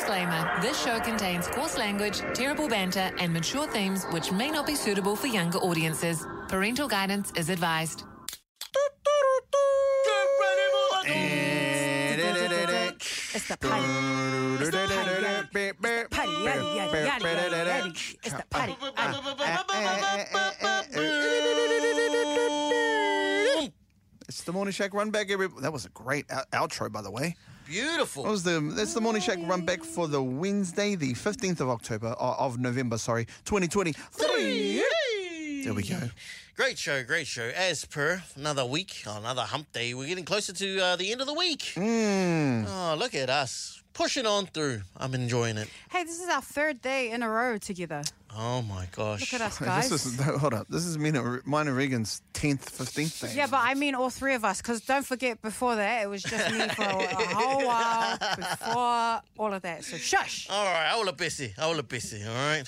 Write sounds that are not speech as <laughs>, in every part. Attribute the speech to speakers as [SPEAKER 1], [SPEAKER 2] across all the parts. [SPEAKER 1] Disclaimer This show contains coarse language, terrible banter, and mature themes which may not be suitable for younger audiences. Parental guidance is advised.
[SPEAKER 2] It's the party. It's the party. Party, yaddy, yaddy, yaddy, yaddy, yaddy. It's the party.
[SPEAKER 3] It's the Morning Shack Run Back. Every that was a great ou- outro, by the way. That
[SPEAKER 4] Beautiful.
[SPEAKER 3] was the that's the Morning Shack Run Back for the Wednesday, the fifteenth of October uh, of November. Sorry, twenty twenty three. There we go.
[SPEAKER 4] Great show, great show. As per, another week, another hump day. We're getting closer to uh, the end of the week.
[SPEAKER 3] Mm.
[SPEAKER 4] Oh, look at us. Pushing on through. I'm enjoying it.
[SPEAKER 2] Hey, this is our third day in a row together.
[SPEAKER 4] Oh my gosh.
[SPEAKER 2] Look at us,
[SPEAKER 3] This
[SPEAKER 2] guys.
[SPEAKER 3] is no, hold up. This is Mina, Mina Regan's tenth, fifteenth day.
[SPEAKER 2] yeah, but I mean all three of us, because don't forget before that, it was just me for
[SPEAKER 3] <laughs>
[SPEAKER 2] a, a whole while before all of that. So shush.
[SPEAKER 4] All right, I will look busy. I will look busy, all right?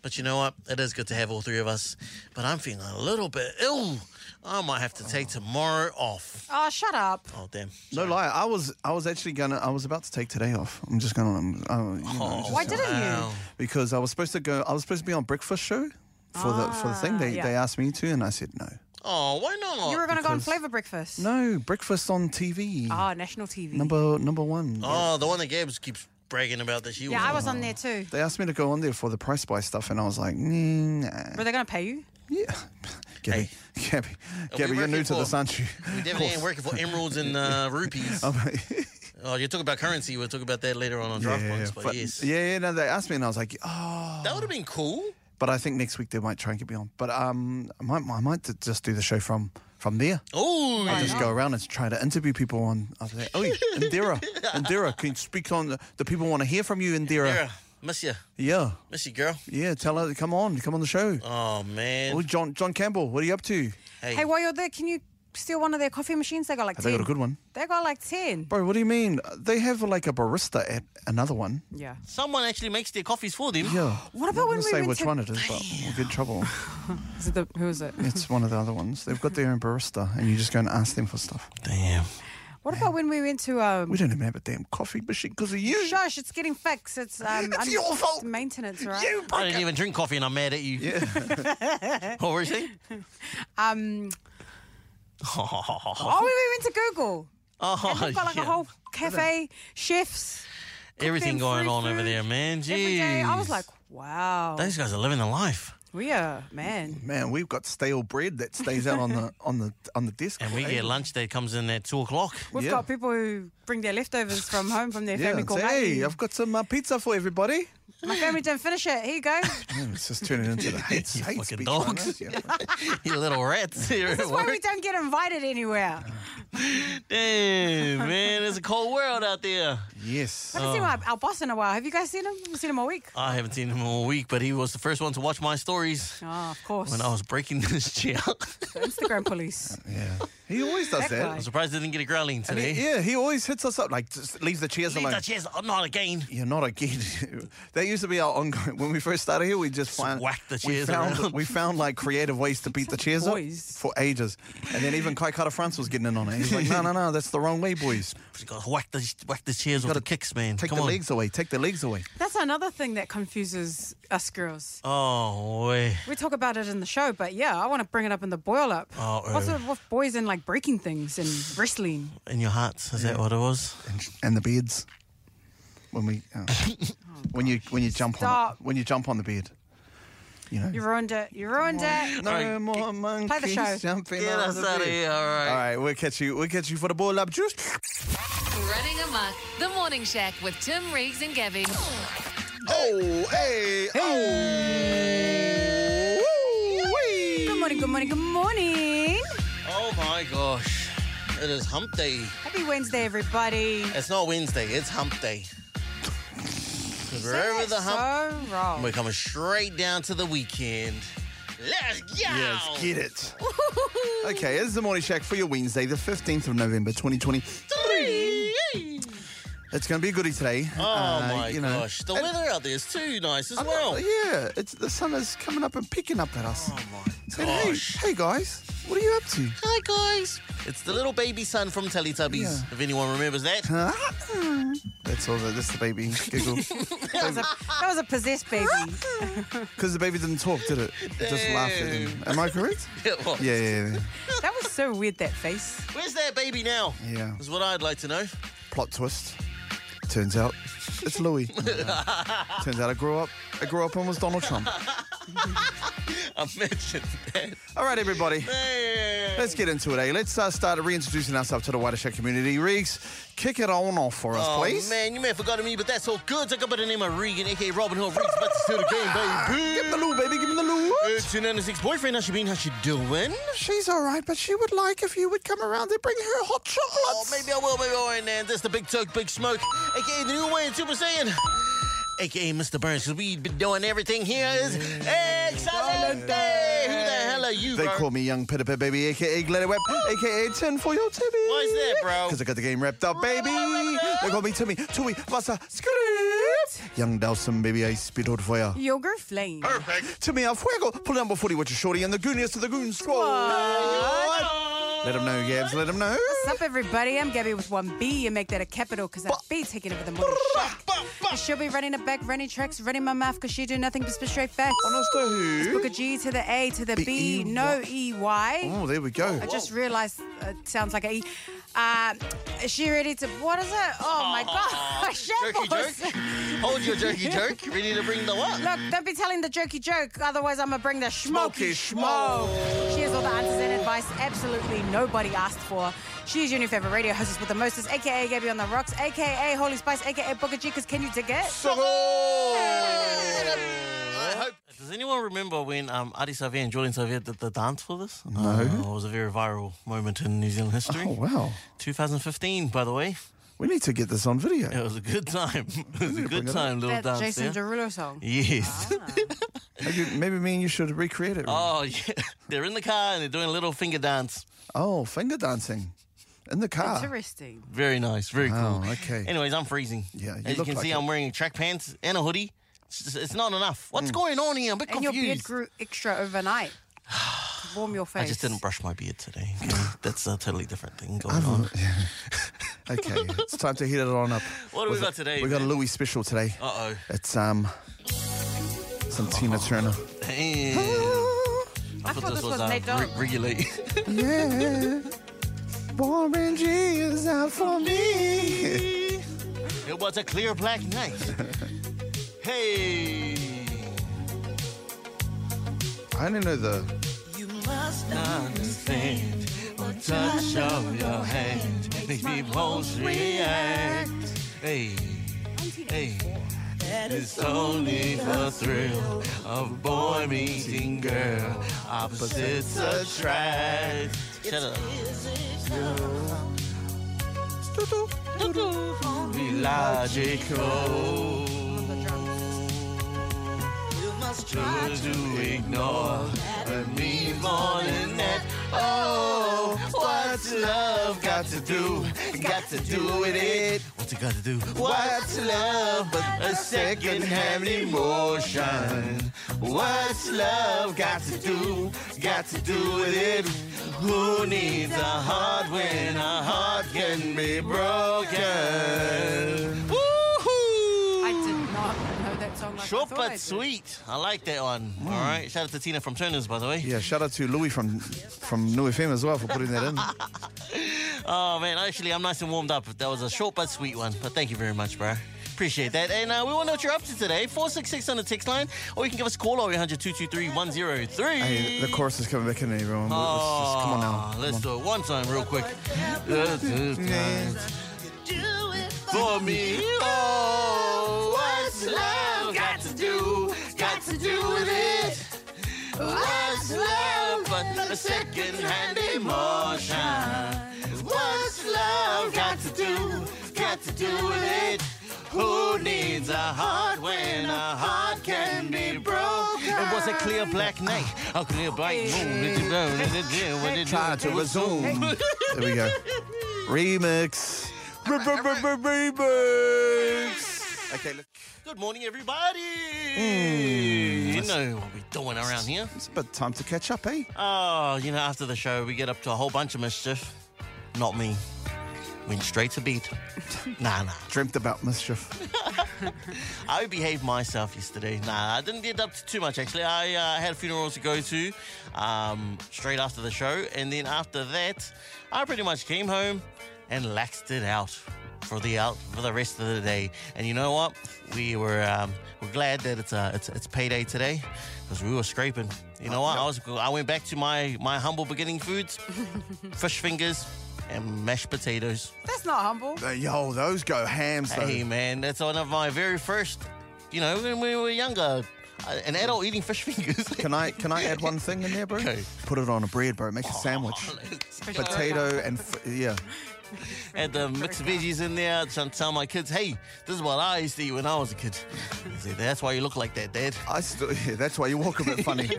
[SPEAKER 4] But you know what? It is good to have all three of us. But I'm feeling a little bit ill. I might have to take tomorrow off.
[SPEAKER 2] Oh, shut up.
[SPEAKER 4] Oh, damn.
[SPEAKER 3] no lie. I was I was actually gonna I was about to take today off. I'm just gonna. Um, uh, you
[SPEAKER 4] Oh.
[SPEAKER 3] know, just
[SPEAKER 2] Why didn't
[SPEAKER 4] Wow.
[SPEAKER 2] you?
[SPEAKER 3] Because I was supposed to go. I was supposed to be on breakfast show for the for the
[SPEAKER 4] Ah,
[SPEAKER 3] thing. They
[SPEAKER 2] yeah.
[SPEAKER 3] they asked me to, and I said no.
[SPEAKER 4] Oh, why not?
[SPEAKER 2] You were going to go on
[SPEAKER 3] Because-
[SPEAKER 2] Flavor Breakfast.
[SPEAKER 3] No breakfast on TV.
[SPEAKER 4] Ah.
[SPEAKER 2] Oh, national TV.
[SPEAKER 3] Number number one.
[SPEAKER 4] oh, the one that Gabs keeps bragging about that she
[SPEAKER 2] yeah, I
[SPEAKER 4] was.
[SPEAKER 2] was on there too.
[SPEAKER 3] They asked me to go on there for the price buy stuff, and I was like, mm, nah.
[SPEAKER 2] Were they going to pay you?
[SPEAKER 3] yeah. Gabby, Gabby, Gabby, you're new
[SPEAKER 4] working
[SPEAKER 3] to this,
[SPEAKER 4] for-
[SPEAKER 3] aren't you?
[SPEAKER 4] We definitely ain't
[SPEAKER 3] <laughs>
[SPEAKER 4] working for emeralds and
[SPEAKER 2] <laughs>
[SPEAKER 4] uh, rupees. Oh, you're talking about currency. We'll talk about that later on on Draft Points,
[SPEAKER 3] <laughs>
[SPEAKER 4] but,
[SPEAKER 3] but-
[SPEAKER 4] yes.
[SPEAKER 3] yeah, yeah. No, they asked me, and I was like, oh.
[SPEAKER 4] That would have been cool.
[SPEAKER 3] But I think next week they might try and get me on. But um, I might, I might d- just do the show from from there.
[SPEAKER 4] Oh,
[SPEAKER 3] I just go around and try to interview people on. I was like, oh, Indira,
[SPEAKER 2] <laughs>
[SPEAKER 3] Indira, can you speak on the, the people want to hear from you, Indira?
[SPEAKER 4] Sarah, miss you.
[SPEAKER 3] Yeah,
[SPEAKER 4] Miss you, girl.
[SPEAKER 3] yeah. Tell her to come on, come on the show.
[SPEAKER 4] Oh, man.
[SPEAKER 3] Oh, John, John Campbell, what are you up to?
[SPEAKER 4] Hey,
[SPEAKER 2] Hey, while you're there, can you steal one of their coffee machines? They got like
[SPEAKER 3] Have
[SPEAKER 2] 10.
[SPEAKER 3] they got a good one?
[SPEAKER 2] They got like 10.
[SPEAKER 3] Bro, what do you mean? They have like a barista app, another one.
[SPEAKER 2] Yeah.
[SPEAKER 4] someone actually makes their coffees for them.
[SPEAKER 3] Yeah.
[SPEAKER 2] <gasps> What
[SPEAKER 3] I'm
[SPEAKER 2] about
[SPEAKER 3] gonna
[SPEAKER 2] when we
[SPEAKER 3] say
[SPEAKER 2] went
[SPEAKER 3] which
[SPEAKER 2] to-
[SPEAKER 3] one it is, but we'll get in trouble.
[SPEAKER 2] Is it the, who is
[SPEAKER 3] <laughs>
[SPEAKER 2] it?
[SPEAKER 3] It's one of the other ones. They've got their own barista, and you just go and ask them for stuff.
[SPEAKER 4] Damn.
[SPEAKER 2] What about when we went to um,
[SPEAKER 3] We don't even have a damn coffee machine because of you.
[SPEAKER 2] Shush, it's getting fixed. It's um
[SPEAKER 3] It's your fault.
[SPEAKER 2] maintenance, right?
[SPEAKER 3] You
[SPEAKER 4] I
[SPEAKER 3] broke
[SPEAKER 4] didn't
[SPEAKER 3] it.
[SPEAKER 4] even drink coffee and I'm mad at you. Oh, Yeah. <laughs>
[SPEAKER 2] <laughs>
[SPEAKER 4] what were you saying?
[SPEAKER 2] Um
[SPEAKER 4] Oh,
[SPEAKER 2] Oh we went to Google. And they've got like
[SPEAKER 4] yeah.
[SPEAKER 2] a whole cafe, chefs,
[SPEAKER 4] Everything going
[SPEAKER 2] free
[SPEAKER 4] on over
[SPEAKER 2] food
[SPEAKER 4] there, man. Jeez.
[SPEAKER 2] every day. I was like, wow.
[SPEAKER 4] those guys are living the life.
[SPEAKER 2] we are man.
[SPEAKER 3] Man, we've got stale bread that stays out on
[SPEAKER 2] <laughs>
[SPEAKER 3] the on the on the eh? desk.
[SPEAKER 4] And we
[SPEAKER 3] all day.
[SPEAKER 4] get lunch that comes in at 2 o'clock. <laughs>
[SPEAKER 2] We've
[SPEAKER 3] Yeah.
[SPEAKER 2] got people who bring their leftovers from home from their
[SPEAKER 3] yeah,
[SPEAKER 2] family
[SPEAKER 3] and
[SPEAKER 2] called
[SPEAKER 3] say, hey, I've got some uh, pizza for everybody.
[SPEAKER 2] My family didn't finish it. Here you
[SPEAKER 4] <laughs>
[SPEAKER 2] go.
[SPEAKER 3] Man, it's just turning into the hate, hate
[SPEAKER 4] fucking
[SPEAKER 3] speech
[SPEAKER 4] dogs.
[SPEAKER 3] on us, Yeah, bro.
[SPEAKER 4] <laughs> you little
[SPEAKER 3] <laughs>
[SPEAKER 4] rats. This
[SPEAKER 2] That's why we don't get invited anywhere.
[SPEAKER 4] <laughs> Damn, man, it's a cold world out there.
[SPEAKER 3] yes.
[SPEAKER 2] I haven't
[SPEAKER 4] Oh.
[SPEAKER 2] seen our, our boss in a while. Have you guys seen him? Haven't seen him all week.
[SPEAKER 4] I haven't seen him all week, but he was the first one to watch my stories
[SPEAKER 2] Oh, of course.
[SPEAKER 4] when I was breaking <laughs> this chair.
[SPEAKER 2] Instagram police.
[SPEAKER 3] Yeah. He always does
[SPEAKER 2] That
[SPEAKER 3] that.
[SPEAKER 2] guy.
[SPEAKER 4] I'm surprised I didn't get a growling
[SPEAKER 3] And
[SPEAKER 4] today.
[SPEAKER 3] he- yeah, he always hits us up like just leaves the chairs
[SPEAKER 4] Leave
[SPEAKER 3] alone.
[SPEAKER 4] that chairs, oh, not again.
[SPEAKER 3] You're not again. <laughs> that used to be our ongoing. When we first started here, we just find
[SPEAKER 4] whack the
[SPEAKER 3] we
[SPEAKER 4] chairs
[SPEAKER 3] found,
[SPEAKER 4] around.
[SPEAKER 3] we found like creative ways to beat the chairs up
[SPEAKER 2] Boys.
[SPEAKER 3] for ages, and then even Kai Carter France was getting in on it. He's like, no, no, no, that's the wrong way, boys.
[SPEAKER 4] Just gotta whack the whack the chairs with the
[SPEAKER 3] Gotta
[SPEAKER 4] kicks, man.
[SPEAKER 3] Take
[SPEAKER 4] Come
[SPEAKER 3] the
[SPEAKER 4] on.
[SPEAKER 3] legs away. Take the legs away.
[SPEAKER 2] That's another thing that confuses us girls.
[SPEAKER 4] Oh, way.
[SPEAKER 2] We talk about it in the show, but yeah, I want to bring it up in the boil up.
[SPEAKER 4] Oh,
[SPEAKER 2] What's
[SPEAKER 4] oh.
[SPEAKER 2] with with boys and like breaking things and wrestling?
[SPEAKER 4] In your hearts, is that what it was?
[SPEAKER 3] And, and the beds. When we
[SPEAKER 2] <laughs>
[SPEAKER 3] uh, when you when you jump on
[SPEAKER 2] Oh, Stop.
[SPEAKER 3] it, when you jump on the bed, you know.
[SPEAKER 2] You ruined it. You ruined it.
[SPEAKER 3] no
[SPEAKER 4] Alright,
[SPEAKER 3] more monkeys
[SPEAKER 2] show.
[SPEAKER 3] jumping
[SPEAKER 4] Get
[SPEAKER 3] on
[SPEAKER 4] us
[SPEAKER 3] the
[SPEAKER 4] out of
[SPEAKER 3] bed.
[SPEAKER 4] here, all right.
[SPEAKER 3] All right, we'll catch you. We'll catch you for the ball up juice.
[SPEAKER 1] Running Amok, The Morning Shack with Tim Reeves and Gabby.
[SPEAKER 3] Oh, hey,
[SPEAKER 2] Good
[SPEAKER 3] oh,
[SPEAKER 2] morning, good morning, good morning.
[SPEAKER 4] Oh my gosh. It is hump day.
[SPEAKER 2] Happy Wednesday, everybody.
[SPEAKER 4] It's not Wednesday, it's hump
[SPEAKER 3] <laughs>
[SPEAKER 4] day. 'Cause we're over the hump
[SPEAKER 2] So wrong.
[SPEAKER 4] We're coming straight down to the weekend. Let's go!
[SPEAKER 3] Let's get
[SPEAKER 2] <laughs>
[SPEAKER 3] it. okay, it's the Morning Shack for your Wednesday, the 15th of November, 2020. It's going to be goody today. Uh,
[SPEAKER 4] Oh my gosh, the weather out there is too nice as well.
[SPEAKER 3] Well, yeah, it's the sun is coming up and picking up at us.
[SPEAKER 4] Oh my
[SPEAKER 3] Said, hey,
[SPEAKER 4] gosh.
[SPEAKER 3] hey guys, What are you up to?
[SPEAKER 4] Hi, guys. It's the little baby son from Teletubbies,
[SPEAKER 3] Yeah.
[SPEAKER 4] if anyone remembers
[SPEAKER 3] <laughs>
[SPEAKER 4] that. <laughs>
[SPEAKER 3] Ah. That's all. That, that's the baby giggle.
[SPEAKER 2] That was a, that was a possessed baby.
[SPEAKER 3] Because the baby didn't talk, did it? It Just laughed at him. Am I correct?
[SPEAKER 4] It was.
[SPEAKER 3] Yeah, yeah, yeah.
[SPEAKER 2] That was so weird, that face.
[SPEAKER 4] Where's that baby now?
[SPEAKER 3] Yeah.
[SPEAKER 4] Is what I'd like to know. <laughs>
[SPEAKER 3] Plot twist. Turns out it's Louis. Turns out I grew up. I grew up and was Donald Trump.
[SPEAKER 4] Imagine that.
[SPEAKER 3] All right, everybody.
[SPEAKER 4] Hey.
[SPEAKER 3] Let's get into it, eh? Let's uh, start reintroducing ourselves to the wider show community. Riggs, kick it on off for us,
[SPEAKER 4] Oh,
[SPEAKER 3] please.
[SPEAKER 4] man, you may have forgotten me, but that's all good. Take up by the name of Regan, aka Robin Hood. Regan's about to steal the game, baby.
[SPEAKER 3] Give him the loo, baby. Give him the loo.
[SPEAKER 4] It's your 96 boyfriend. How she been? How she doing?
[SPEAKER 3] She's all right, but she would like if you would come around and bring her hot chocolates.
[SPEAKER 4] Oh, maybe I will, maybe I won't. And that's the Big Toke, Big Smoke, aka the new way of Super Saiyan, aka Mr. Burns, 'cause we've been doing everything here is excellent day. Who the hell are you,
[SPEAKER 3] They
[SPEAKER 4] bro?
[SPEAKER 3] call me Young Pitter Pit Baby, aka Glitter
[SPEAKER 4] <gasps>
[SPEAKER 3] Web, aka 10 for your Timmy.
[SPEAKER 4] Why is that, bro?
[SPEAKER 3] Because I got the game wrapped up, baby. they call me Timmy, Tui, Vasa, Script. Young Dawson, baby, I spit out for ya.
[SPEAKER 2] Yogurt flame.
[SPEAKER 3] Timmy a fuego, pull number 40, which is shorty, and the gooniest of the goon squad. Let 'em know, Gabs, let 'em know.
[SPEAKER 2] What's up, everybody? I'm Gabby with 1B. You make that a capital because I'll be taking over the morning show. And she'll be running it back, running tracks, running my mouth because she do nothing but spit straight facts.
[SPEAKER 3] Honest to
[SPEAKER 2] Book
[SPEAKER 3] who?
[SPEAKER 2] a G to the A to the B,
[SPEAKER 3] B E
[SPEAKER 2] no E-Y.
[SPEAKER 3] Oh, there we go.
[SPEAKER 2] I just realised it sounds like a E. Uh, is she ready to... What is it? Oh, my God. <laughs>
[SPEAKER 4] Jerky
[SPEAKER 2] Shambles.
[SPEAKER 4] jerk. Hold your jerky jerk. Ready to bring the what?
[SPEAKER 2] Look, don't be telling the jokey joke, otherwise I'm gonna bring the
[SPEAKER 3] Smoky
[SPEAKER 2] smoky smoke. She has all the answers and advice absolutely nobody asked for. She's your new favorite radio hostess with the mostest, aka Gabby on the Rocks, aka Holy Spice, aka Booker G, 'cause can you dig it?
[SPEAKER 3] Oh,
[SPEAKER 4] I hope. Does anyone remember when um, Adi Savia and Julian Savia did the dance for this? No. it was a very viral moment in New Zealand history.
[SPEAKER 3] Oh, wow.
[SPEAKER 4] 2015, by the way.
[SPEAKER 3] We need to get this on video.
[SPEAKER 4] It was a good time. <laughs> It was a good time, little
[SPEAKER 2] That
[SPEAKER 4] dance.
[SPEAKER 2] Jason
[SPEAKER 4] there.
[SPEAKER 2] Derulo song.
[SPEAKER 4] Yes.
[SPEAKER 3] Maybe, maybe me and you should recreate it.
[SPEAKER 4] Oh, <laughs> yeah. They're in the car and they're doing a little finger dance.
[SPEAKER 3] Oh, finger dancing in the car.
[SPEAKER 2] Interesting.
[SPEAKER 4] Very nice. Very
[SPEAKER 3] Oh,
[SPEAKER 4] cool.
[SPEAKER 3] okay.
[SPEAKER 4] Anyways, I'm freezing.
[SPEAKER 3] Yeah, you
[SPEAKER 4] As you
[SPEAKER 3] look
[SPEAKER 4] can
[SPEAKER 3] like
[SPEAKER 4] see,
[SPEAKER 3] it.
[SPEAKER 4] I'm wearing track pants and a hoodie. It's, just- it's not enough. What's
[SPEAKER 3] Hmm.
[SPEAKER 4] going on here? I'm a bit
[SPEAKER 2] And your
[SPEAKER 4] confused.
[SPEAKER 2] beard grew extra overnight. to Warm your
[SPEAKER 4] <sighs>
[SPEAKER 2] face.
[SPEAKER 4] I just didn't brush my beard
[SPEAKER 3] <laughs>
[SPEAKER 4] today. Okay, That's a totally different thing going on.
[SPEAKER 3] <laughs> Okay, it's time to heat it on up.
[SPEAKER 4] What do we
[SPEAKER 3] With
[SPEAKER 4] got
[SPEAKER 3] it-
[SPEAKER 4] today,
[SPEAKER 3] We got a
[SPEAKER 4] man?
[SPEAKER 3] Louis special today.
[SPEAKER 4] Uh oh.
[SPEAKER 3] It's um some Tina
[SPEAKER 4] <laughs>
[SPEAKER 3] Turner. <laughs>
[SPEAKER 4] Damn.
[SPEAKER 2] I thought this was
[SPEAKER 4] uh,
[SPEAKER 2] Nate Dogg.
[SPEAKER 4] regulate. <laughs>
[SPEAKER 3] Yeah, orange is out for me.
[SPEAKER 4] it was a clear black
[SPEAKER 3] <laughs>
[SPEAKER 4] night. hey.
[SPEAKER 3] I don't know the.
[SPEAKER 4] You must understand. A touch of your hand makes me pulse react. Hey. Hey. It's only the thrill of boy meeting girl. Opposites attract. Shut up. Be logical. You must try to ignore a me more than that. Oh, what's love got to do? Got to do with it. What's it got to do? What's love but a second-hand emotion? What's love got to do? Got to do with it. Who needs a heart when a heart can be broken? Woohoo!
[SPEAKER 2] I did not know that song like I
[SPEAKER 4] Short
[SPEAKER 2] thought I
[SPEAKER 4] but
[SPEAKER 2] did.
[SPEAKER 4] sweet. I like that one. All right. Shout out to Tina from Turners, by the way.
[SPEAKER 3] Mm. Yeah, shout out to Louis from from New FM as well for
[SPEAKER 4] <laughs>
[SPEAKER 3] putting that in.
[SPEAKER 4] Oh, man. Actually, I'm nice and warmed up. That was a short but sweet one. But thank you very much, bro. Appreciate that. And uh, we want to know what you're up to today. 466 on the text line. Or you can give us a call 0800 223
[SPEAKER 3] Hey,
[SPEAKER 4] 103.
[SPEAKER 3] the chorus is coming back in, everyone. Let's just- come on now.
[SPEAKER 4] Ah, Let's
[SPEAKER 3] Come
[SPEAKER 4] do it one time, real quick. Let's do it for me. Oh, what's love got to do? Got to do with it. What's love but a second-hand emotion? What's love got to do? Got to do with it. Who needs a heart when a heart can be broken? It was a clear black night, a clear black moon. Did you know? Did you do? What did you do?
[SPEAKER 3] Time to resume. There we go. Remix. Re- re- re- re- Remix. Okay, let's.
[SPEAKER 4] <laughs> Good morning, everybody.
[SPEAKER 3] Hmm.
[SPEAKER 4] you know what we're doing around here.
[SPEAKER 3] It's about time to catch up, eh?
[SPEAKER 4] Oh, you know, after the show, we get up to a whole bunch of mischief. Not me. Went straight to bed. nah, nah.
[SPEAKER 3] Dreamt about mischief.
[SPEAKER 4] I behaved myself yesterday. Nah, I didn't get up to too much actually. I uh, had a funeral to go to um, straight after the show, and then after that, I pretty much came home and laxed it out for the out for the rest of the day. And you know what? We were um, we're glad that it's uh, it's, it's payday today because we were scraping. You know what? I was I went back to my my humble beginning foods, fish fingers, and mashed potatoes.
[SPEAKER 2] That's not humble.
[SPEAKER 3] Uh, Yo, those go hams, though.
[SPEAKER 4] Hey man, that's one of my very first. You know, when we were younger, uh, an adult eating fish <laughs> fingers.
[SPEAKER 3] Can I can I add one thing in there, bro?
[SPEAKER 4] Okay.
[SPEAKER 3] Put it on a bread, bro. Make a sandwich. Oh, Potato and f- yeah.
[SPEAKER 4] Had the mixed veggies in there. Trying to tell my kids, hey, this is what I used to eat when I was a kid. I said, that's why you look like that, Dad.
[SPEAKER 3] I still <laughs> yeah, that's why you walk a bit <laughs> funny.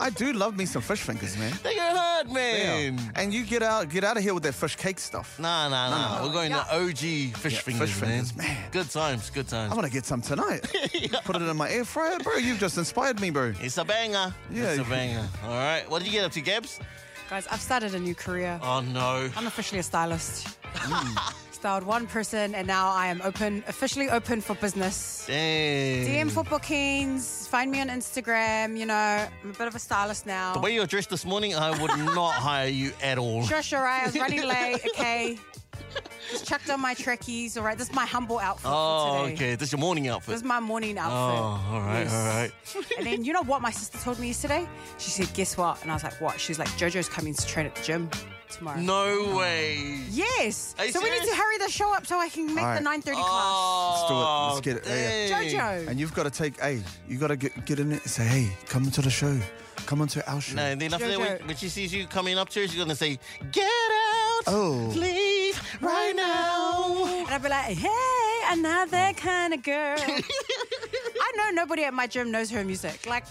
[SPEAKER 3] I do love me some fish fingers, man.
[SPEAKER 4] They go hard, man.
[SPEAKER 3] Yeah. And you get out get out of here with that fish cake stuff.
[SPEAKER 4] Nah, nah, nah. We're going to OG fish
[SPEAKER 3] Yeah,
[SPEAKER 4] fingers,
[SPEAKER 3] fish
[SPEAKER 4] man.
[SPEAKER 3] fingers, man.
[SPEAKER 4] Good times, good times.
[SPEAKER 3] I'm gonna get some <laughs> tonight. Put it in my air fryer, bro. You've just inspired me, bro.
[SPEAKER 4] It's a banger.
[SPEAKER 3] Yeah,
[SPEAKER 4] It's a
[SPEAKER 3] you-
[SPEAKER 4] banger. All right. What did you get up to, Gabs?
[SPEAKER 2] Guys, I've started a new career.
[SPEAKER 4] Oh, no.
[SPEAKER 2] I'm officially a stylist.
[SPEAKER 4] Mm.
[SPEAKER 2] <laughs> Styled one person, and now I am open, officially open for business.
[SPEAKER 4] Damn.
[SPEAKER 2] DM for bookings. Find me on Instagram. You know, I'm a bit of a stylist now.
[SPEAKER 4] The way you're dressed this morning, I would not <laughs> hire you at all.
[SPEAKER 2] Sure, sure, I
[SPEAKER 4] <laughs>
[SPEAKER 2] was running late. Okay. Just chucked on my trekkies. All right, this is my humble outfit
[SPEAKER 4] Oh,
[SPEAKER 2] for today.
[SPEAKER 4] okay. This is your morning outfit.
[SPEAKER 2] This is my morning
[SPEAKER 4] oh,
[SPEAKER 2] outfit.
[SPEAKER 4] all right,
[SPEAKER 2] Yes.
[SPEAKER 4] all right.
[SPEAKER 2] <laughs> And then you know what my sister told me yesterday? She said, "Guess what?" And I was like, "What?" She's like, "JoJo's coming to train at the gym tomorrow."
[SPEAKER 4] No way.
[SPEAKER 2] Yes.
[SPEAKER 4] Are you
[SPEAKER 2] so we need
[SPEAKER 4] serious?
[SPEAKER 2] to hurry the show up so I can make
[SPEAKER 3] All
[SPEAKER 2] the
[SPEAKER 3] right.
[SPEAKER 2] 9:30
[SPEAKER 4] Oh,
[SPEAKER 3] Let's do it. Let's get it. Yeah,
[SPEAKER 2] class.
[SPEAKER 4] dang.
[SPEAKER 2] JoJo.
[SPEAKER 3] And you've got to take, hey, you got to get, get in it and say, hey, come into the show. Come onto our show.
[SPEAKER 4] No, and then after that, when,
[SPEAKER 2] JoJo.
[SPEAKER 4] when she sees you coming up to her, she's going to say, Get out.
[SPEAKER 3] Oh.
[SPEAKER 4] Leave right now.
[SPEAKER 2] and I'd be like, "Hey, another kind
[SPEAKER 4] <laughs>
[SPEAKER 2] of girl." I know nobody at my gym knows her music. Like,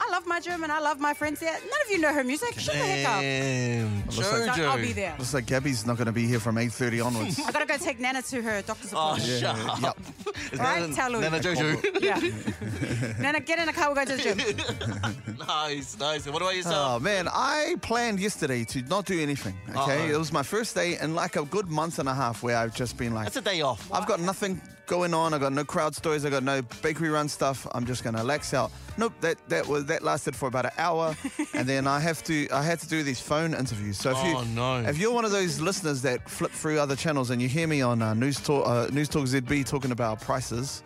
[SPEAKER 2] I love my gym and I love my friends there. None of you know her music. Shut the heck up.
[SPEAKER 4] Damn.
[SPEAKER 3] like-
[SPEAKER 4] JoJo.
[SPEAKER 2] So I'll be there.
[SPEAKER 3] Looks like Gabby's not going to be here from 8.30
[SPEAKER 4] <laughs>
[SPEAKER 3] onwards.
[SPEAKER 2] I gotta go take Nana to her doctor's
[SPEAKER 4] Oh,
[SPEAKER 2] appointment.
[SPEAKER 4] shut up.
[SPEAKER 3] yep.
[SPEAKER 4] Is
[SPEAKER 2] Right,
[SPEAKER 4] that a-
[SPEAKER 2] tell her.
[SPEAKER 4] that a JoJo. <laughs>
[SPEAKER 2] yeah. Nana, get in the car. We'll go to the gym.
[SPEAKER 4] <laughs> nice, nice. And what about yourself?
[SPEAKER 3] Oh man, I planned yesterday to not do anything. Okay,
[SPEAKER 4] Uh-oh.
[SPEAKER 3] it was my first day in like a good month and a half where I've just been like,
[SPEAKER 4] That's a day off.
[SPEAKER 3] I've got nothing going on. I've got no crowd stories. I've got no bakery run stuff. I'm just gonna lax out. Nope, that that was that lasted for about an
[SPEAKER 4] <laughs>
[SPEAKER 3] hour, and then I have to I had to do these phone interviews. So if
[SPEAKER 4] Oh,
[SPEAKER 3] you
[SPEAKER 4] no.
[SPEAKER 3] if you're one of those listeners that flip through other channels and you hear me on uh, News Talk uh, News Talk ZB talking about prices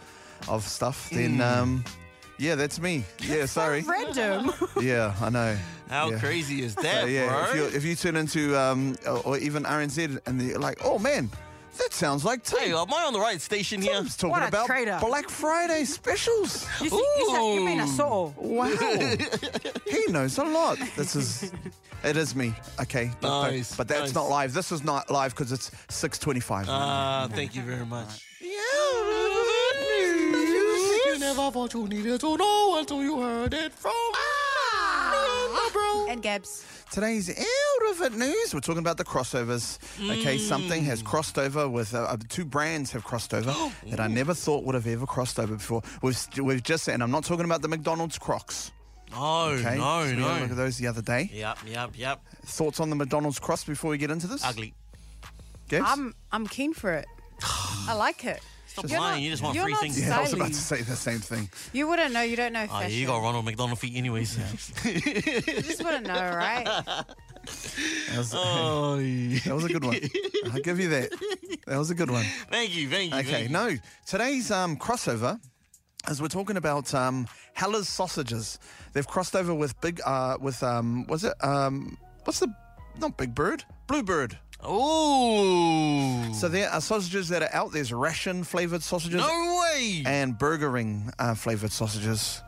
[SPEAKER 3] of stuff, then
[SPEAKER 4] Mm.
[SPEAKER 3] um, yeah, that's me.
[SPEAKER 4] <laughs>
[SPEAKER 3] Yeah, sorry.
[SPEAKER 2] Random.
[SPEAKER 3] yeah, I know.
[SPEAKER 4] How
[SPEAKER 3] yeah.
[SPEAKER 4] crazy is
[SPEAKER 3] <laughs> So,
[SPEAKER 4] that,
[SPEAKER 3] yeah, if,
[SPEAKER 4] bro?
[SPEAKER 3] you if you tune into um, or, or even RNZ and you're like, oh man, that sounds like Tim.
[SPEAKER 4] Hey, am I on the right station here?
[SPEAKER 3] Tom's talking
[SPEAKER 2] What a
[SPEAKER 3] about
[SPEAKER 2] traitor.
[SPEAKER 3] Black Friday specials.
[SPEAKER 2] You, think, you, said, you mean a
[SPEAKER 4] Ooh.
[SPEAKER 2] soul?
[SPEAKER 4] <laughs>
[SPEAKER 3] Wow, he knows a lot. This is, it is me. Okay, but,
[SPEAKER 4] Nice,
[SPEAKER 3] but that's
[SPEAKER 4] nice.
[SPEAKER 3] not live. This is not live because it's six twenty-five.
[SPEAKER 4] Ah, thank you very much.
[SPEAKER 3] You
[SPEAKER 4] never thought you needed to know until you heard it from
[SPEAKER 2] And Gabs.
[SPEAKER 3] Today's out of it news. We're talking about the crossovers. Okay,
[SPEAKER 4] Mm.
[SPEAKER 3] something has crossed over with uh, uh, two brands have crossed over
[SPEAKER 4] <gasps>
[SPEAKER 3] that I never thought would have ever crossed over before. We've we've just and I'm not talking about the McDonald's Crocs.
[SPEAKER 4] No,
[SPEAKER 3] Okay,
[SPEAKER 4] no,
[SPEAKER 3] So we had a look at
[SPEAKER 4] no.
[SPEAKER 3] those the other day.
[SPEAKER 4] Yep, yep, yep.
[SPEAKER 3] Thoughts on the McDonald's Crocs before we get into this?
[SPEAKER 4] Ugly.
[SPEAKER 3] Gabs?
[SPEAKER 2] I'm I'm keen for it. I like it.
[SPEAKER 4] Stop
[SPEAKER 2] You're
[SPEAKER 4] lying.
[SPEAKER 2] not-
[SPEAKER 4] you just want
[SPEAKER 2] you're
[SPEAKER 4] free
[SPEAKER 2] not
[SPEAKER 4] things.
[SPEAKER 3] Yeah, I was
[SPEAKER 2] Styling.
[SPEAKER 3] about to say the same thing.
[SPEAKER 2] You wouldn't know. You don't know
[SPEAKER 4] Oh, yeah,
[SPEAKER 2] fashion.
[SPEAKER 4] you got Ronald McDonald feet, anyways.
[SPEAKER 2] You just wouldn't know, right?
[SPEAKER 3] That was,
[SPEAKER 4] <laughs> oh,
[SPEAKER 3] <laughs> that was a good one.
[SPEAKER 4] <laughs>
[SPEAKER 3] I'll give you that. That was a good one.
[SPEAKER 4] thank you, thank you.
[SPEAKER 3] Okay,
[SPEAKER 4] thank you.
[SPEAKER 3] no. Today's um, crossover, as we're talking about um, Heller's sausages, they've crossed over with big, uh, with um, was it um, what's the not Big Bird, Bluebird.
[SPEAKER 4] Ooh.
[SPEAKER 3] So there are sausages that are out. There's ration flavored sausages
[SPEAKER 4] no way.
[SPEAKER 3] and burger ring uh, flavored sausages.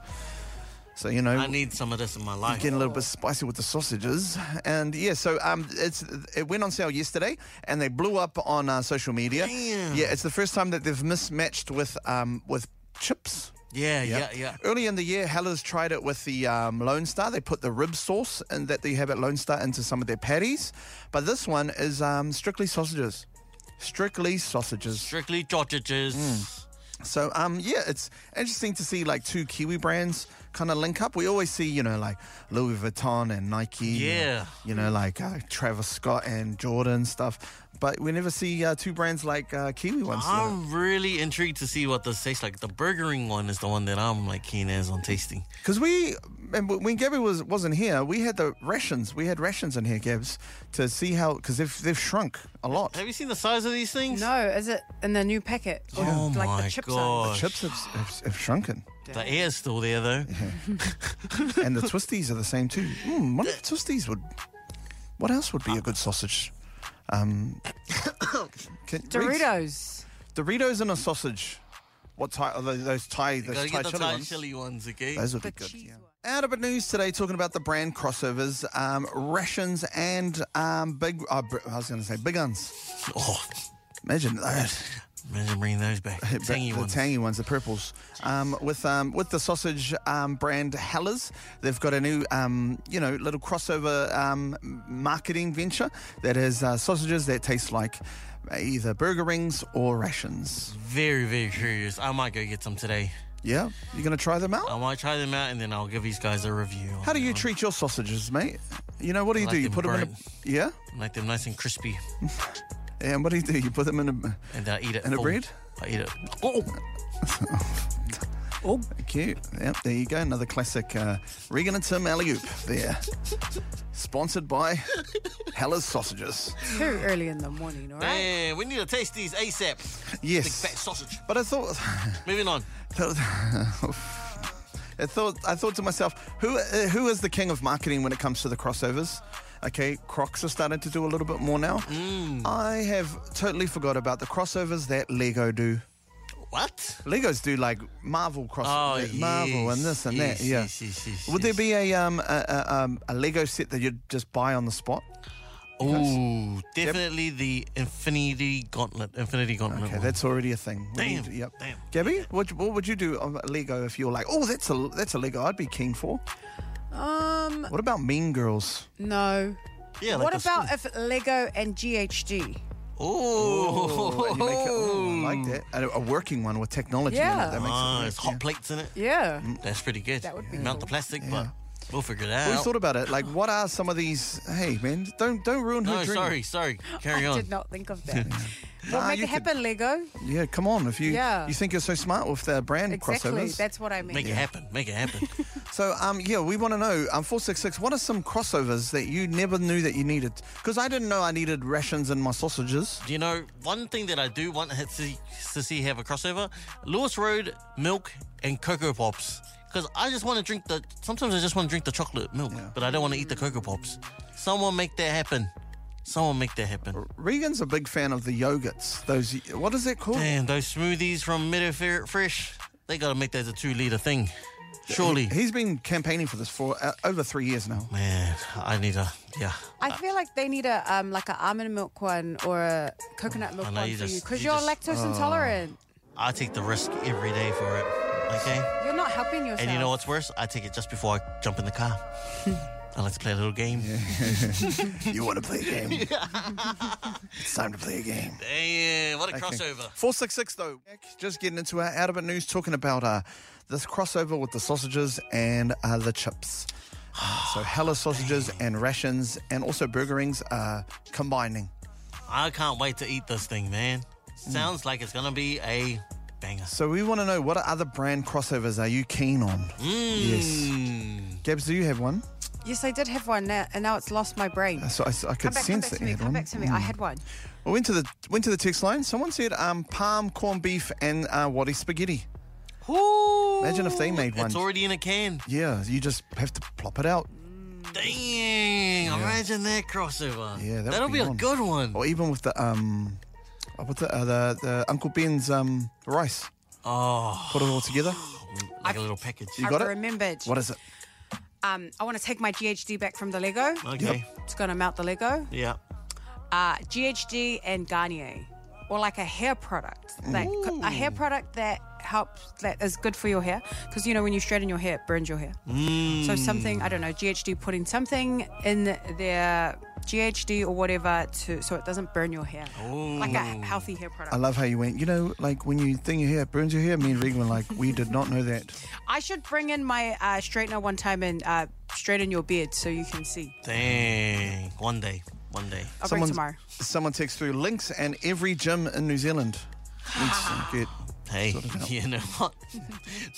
[SPEAKER 3] So you know,
[SPEAKER 4] I need some of this in my life.
[SPEAKER 3] Getting a little bit spicy with the sausages, and yeah, so um, it's it went on sale yesterday, and they blew up on uh, social media.
[SPEAKER 4] Damn.
[SPEAKER 3] Yeah, it's the first time that they've mismatched with um with chips.
[SPEAKER 4] Yeah, yeah, yeah.
[SPEAKER 3] Early in the year, Heller's tried it with the um, Lone Star. They put the rib sauce and that they have at Lone Star into some of their patties, but this one is um strictly sausages, strictly sausages. Hmm.
[SPEAKER 4] Strictly sausages.
[SPEAKER 3] So um yeah, it's interesting to see like two Kiwi brands kind of link up. We always see you know like Louis Vuitton and Nike.
[SPEAKER 4] Yeah.
[SPEAKER 3] you know like uh, Travis Scott and Jordan stuff, but we never see uh, two brands like uh, Kiwi ones. do it.
[SPEAKER 4] I'm really intrigued to see what this tastes like. The burgering one is the one that I'm like keen as on tasting.
[SPEAKER 3] Because we, and w- when Gabby was wasn't here, we had the rations. We had rations in here, Gabs, to see how because they've they've shrunk a lot.
[SPEAKER 4] Have you seen the size of these things?
[SPEAKER 2] No, is it in the new packet? Or
[SPEAKER 4] Oh
[SPEAKER 2] like
[SPEAKER 4] my
[SPEAKER 2] the chips
[SPEAKER 4] god.
[SPEAKER 3] Chips have, have, have shrunken,
[SPEAKER 4] The air's still there though.
[SPEAKER 3] and the twisties are the same too. Mm, what if twisties would? What else would be a good sausage? Um, <coughs> can, Reece,
[SPEAKER 2] Doritos.
[SPEAKER 3] Doritos and a sausage. What type? Are those, those Thai, <laughs>
[SPEAKER 4] Gotta
[SPEAKER 3] those Thai
[SPEAKER 4] get the
[SPEAKER 3] chili
[SPEAKER 4] Thai
[SPEAKER 3] ones.
[SPEAKER 4] chili ones, okay?
[SPEAKER 3] Those would be good. yeah. Out of it news today, talking about the brand crossovers, um, rations, and um, big. Uh, br- I was going to say big guns.
[SPEAKER 4] Oh,
[SPEAKER 3] Imagine that.
[SPEAKER 4] imagine bringing those
[SPEAKER 3] <laughs>
[SPEAKER 4] back.
[SPEAKER 3] But
[SPEAKER 4] Tangy
[SPEAKER 3] the
[SPEAKER 4] ones.
[SPEAKER 3] tangy ones, the purples. Um, with um, with the sausage um, brand Hellas, they've got a new um, you know little crossover um, marketing venture that is uh, sausages that taste like either burger rings or rations.
[SPEAKER 4] Very, very curious. I might go get some today.
[SPEAKER 3] Yeah, you're gonna try them out.
[SPEAKER 4] I might try them out and then I'll give these guys a review. on
[SPEAKER 3] How do
[SPEAKER 4] that
[SPEAKER 3] you
[SPEAKER 4] one.
[SPEAKER 3] treat your sausages, mate? You know what do you
[SPEAKER 4] like
[SPEAKER 3] do? You
[SPEAKER 4] them
[SPEAKER 3] put them in a
[SPEAKER 4] burnt.
[SPEAKER 3] yeah,
[SPEAKER 4] Make them nice and crispy,
[SPEAKER 3] and what do you do? You put them in a
[SPEAKER 4] and I eat it.
[SPEAKER 3] And a
[SPEAKER 4] full.
[SPEAKER 3] bread?
[SPEAKER 4] I eat it.
[SPEAKER 3] <laughs>
[SPEAKER 4] Oh,
[SPEAKER 3] Cute. Yep, there Oh. you go. Another classic uh, Regan and Tim alley oop there. Sponsored by Hellas Sausages.
[SPEAKER 2] Too early in the morning, all right?
[SPEAKER 4] man, we need to taste these ASAP. Big fat
[SPEAKER 3] Yes.
[SPEAKER 4] sausage.
[SPEAKER 3] But I thought, <laughs>
[SPEAKER 4] Moving on.
[SPEAKER 3] I thought, I thought to myself, who uh, who is the king of marketing when it comes to the crossovers? Okay, Crocs are starting to do a little bit more now.
[SPEAKER 4] Mm.
[SPEAKER 3] I have totally forgot about the crossovers that Lego do.
[SPEAKER 4] What?
[SPEAKER 3] Legos do like Marvel
[SPEAKER 4] Oh,
[SPEAKER 3] crossovers, Marvel and this and
[SPEAKER 4] yes,
[SPEAKER 3] that. Yeah.
[SPEAKER 4] yes, yes, yes,
[SPEAKER 3] Would
[SPEAKER 4] yes.
[SPEAKER 3] there be a, um, a, a um a Lego set that you'd just buy on the spot?
[SPEAKER 4] Ooh, definitely the Infinity Gauntlet. Infinity Gauntlet.
[SPEAKER 3] Okay,
[SPEAKER 4] one.
[SPEAKER 3] that's already a thing. We
[SPEAKER 4] Damn,
[SPEAKER 3] need- yep.
[SPEAKER 4] damn.
[SPEAKER 3] Gabby, what, what would you do on a Lego if you're like, oh, that's a that's a Lego I'd be keen for?
[SPEAKER 2] Um,
[SPEAKER 3] What about Mean Girls?
[SPEAKER 2] no.
[SPEAKER 4] yeah. like
[SPEAKER 2] what
[SPEAKER 4] a
[SPEAKER 2] about
[SPEAKER 4] school.
[SPEAKER 2] if Lego and GHD?
[SPEAKER 4] <laughs> Ooh,
[SPEAKER 3] You make it- ooh, I like that. A, a working one with technology in
[SPEAKER 2] Yeah.
[SPEAKER 3] it. That makes
[SPEAKER 4] Ah,
[SPEAKER 3] it
[SPEAKER 4] it's hot plates in Oh. it.
[SPEAKER 2] Yeah.
[SPEAKER 4] That's pretty good.
[SPEAKER 2] That would be
[SPEAKER 4] melt
[SPEAKER 2] cool.
[SPEAKER 4] the plastic, but we'll figure that
[SPEAKER 3] We
[SPEAKER 4] out.
[SPEAKER 3] thought about it. Like, what are some of these? Hey, man, don't don't ruin her
[SPEAKER 4] no,
[SPEAKER 3] dream.
[SPEAKER 4] sorry, sorry. Carry
[SPEAKER 2] <laughs> I
[SPEAKER 4] on.
[SPEAKER 2] did not think of
[SPEAKER 4] <laughs>
[SPEAKER 2] that. Well,
[SPEAKER 3] Nah,
[SPEAKER 2] make
[SPEAKER 3] you
[SPEAKER 2] it
[SPEAKER 3] could-
[SPEAKER 2] happen, Lego.
[SPEAKER 3] Yeah, come on. If you
[SPEAKER 2] Yeah.
[SPEAKER 3] you think you're so smart with the brand
[SPEAKER 2] Exactly.
[SPEAKER 3] crossovers,
[SPEAKER 2] That's what I mean.
[SPEAKER 4] Make it happen. Make it
[SPEAKER 2] <laughs>
[SPEAKER 4] happen.
[SPEAKER 3] So, um, yeah, we want to know um, 466, what are some crossovers that you never knew that you needed? Because I didn't know I needed rations in my sausages.
[SPEAKER 4] Do you know one thing that I do want to see, to see have a crossover? Lewis Road milk and cocoa pops. Because I just want to drink the. Sometimes I just want to drink the chocolate milk, but I don't want to eat the cocoa pops. Someone make that happen. Someone make that happen.
[SPEAKER 3] Regan's a big fan of the yogurts. Those, what is it called?
[SPEAKER 4] Damn, those smoothies from Meadow Fair Fresh. They gotta make that a two liter thing. Surely.
[SPEAKER 3] He's been campaigning for this for uh, over three years now.
[SPEAKER 4] Man, I need a. Yeah.
[SPEAKER 2] I feel like they need a um like a almond milk one or a coconut milk
[SPEAKER 4] know,
[SPEAKER 2] one
[SPEAKER 4] you
[SPEAKER 2] for you
[SPEAKER 4] just-
[SPEAKER 2] because
[SPEAKER 4] you
[SPEAKER 2] you are
[SPEAKER 4] just- Oh.
[SPEAKER 2] lactose intolerant.
[SPEAKER 4] I take the risk every day for it. Okay?
[SPEAKER 2] You're not helping yourself.
[SPEAKER 4] And you know what's worse? I take it just before I jump in the car. I like to play a little game.
[SPEAKER 3] <laughs> You want to play a game? <laughs> it's time to play a game.
[SPEAKER 4] Damn, uh, what a
[SPEAKER 3] Okay.
[SPEAKER 4] crossover.
[SPEAKER 3] 466, though. Just getting into our out of it news, talking about uh, this crossover with the sausages and uh, the <sighs> chips. So, hella sausages and rations and also burger rings are combining.
[SPEAKER 4] I can't wait to eat this thing, man. Sounds like it's gonna be a banger.
[SPEAKER 3] So we want to know what other brand crossovers are you keen on? Yes.
[SPEAKER 4] Mm.
[SPEAKER 3] Gabs, do you have one?
[SPEAKER 2] Yes, I did have one now, and now it's lost my brain.
[SPEAKER 3] So I, s- I could
[SPEAKER 2] come back, come
[SPEAKER 3] sense
[SPEAKER 2] back
[SPEAKER 3] that
[SPEAKER 2] to
[SPEAKER 3] you
[SPEAKER 2] me.
[SPEAKER 3] had
[SPEAKER 2] Come
[SPEAKER 3] one.
[SPEAKER 2] back to me. I had one.
[SPEAKER 3] I went to the went to the text line. Someone said um, palm corned beef and uh, wadi spaghetti. Imagine if they made one.
[SPEAKER 4] It's already in a can.
[SPEAKER 3] yeah, you just have to plop it out,
[SPEAKER 4] Dang, imagine that crossover.
[SPEAKER 3] Yeah, that would
[SPEAKER 4] will
[SPEAKER 3] be
[SPEAKER 4] be, a
[SPEAKER 3] on. Oh,
[SPEAKER 4] good one.
[SPEAKER 3] or even with the um, uh, with the, uh, the, the Uncle Ben's um, rice.
[SPEAKER 4] Oh,
[SPEAKER 3] Put it all together.
[SPEAKER 4] like a little package.
[SPEAKER 3] You
[SPEAKER 2] I
[SPEAKER 3] got it.
[SPEAKER 2] remembered.
[SPEAKER 3] What is it?
[SPEAKER 2] Um, I want to take my GHD back from the Lego.
[SPEAKER 4] Okay,
[SPEAKER 2] It's gonna melt the Lego.
[SPEAKER 4] yeah.
[SPEAKER 2] Uh, GHD and Garnier, or like a hair product, like a hair product that helps that is good for your hair because you know when you straighten your hair, it burns your hair.
[SPEAKER 4] Mm,
[SPEAKER 3] Mm.
[SPEAKER 2] So something I don't know, GHD putting something in their GHD or whatever to so it doesn't burn your hair, like a healthy hair product.
[SPEAKER 3] Oh. I love how you went, you know, like when you thin your hair, it burns your hair. Me and Regan were like, we did not know that.
[SPEAKER 2] I should bring in my uh, straightener one time and uh, straighten your beard so you can see.
[SPEAKER 4] Dang. One day. One day.
[SPEAKER 2] I'll bring
[SPEAKER 3] Someone,
[SPEAKER 2] tomorrow.
[SPEAKER 3] someone texts through links and every gym in New Zealand needs
[SPEAKER 4] <gasps>
[SPEAKER 3] to get.
[SPEAKER 4] Hey, <laughs> you know what?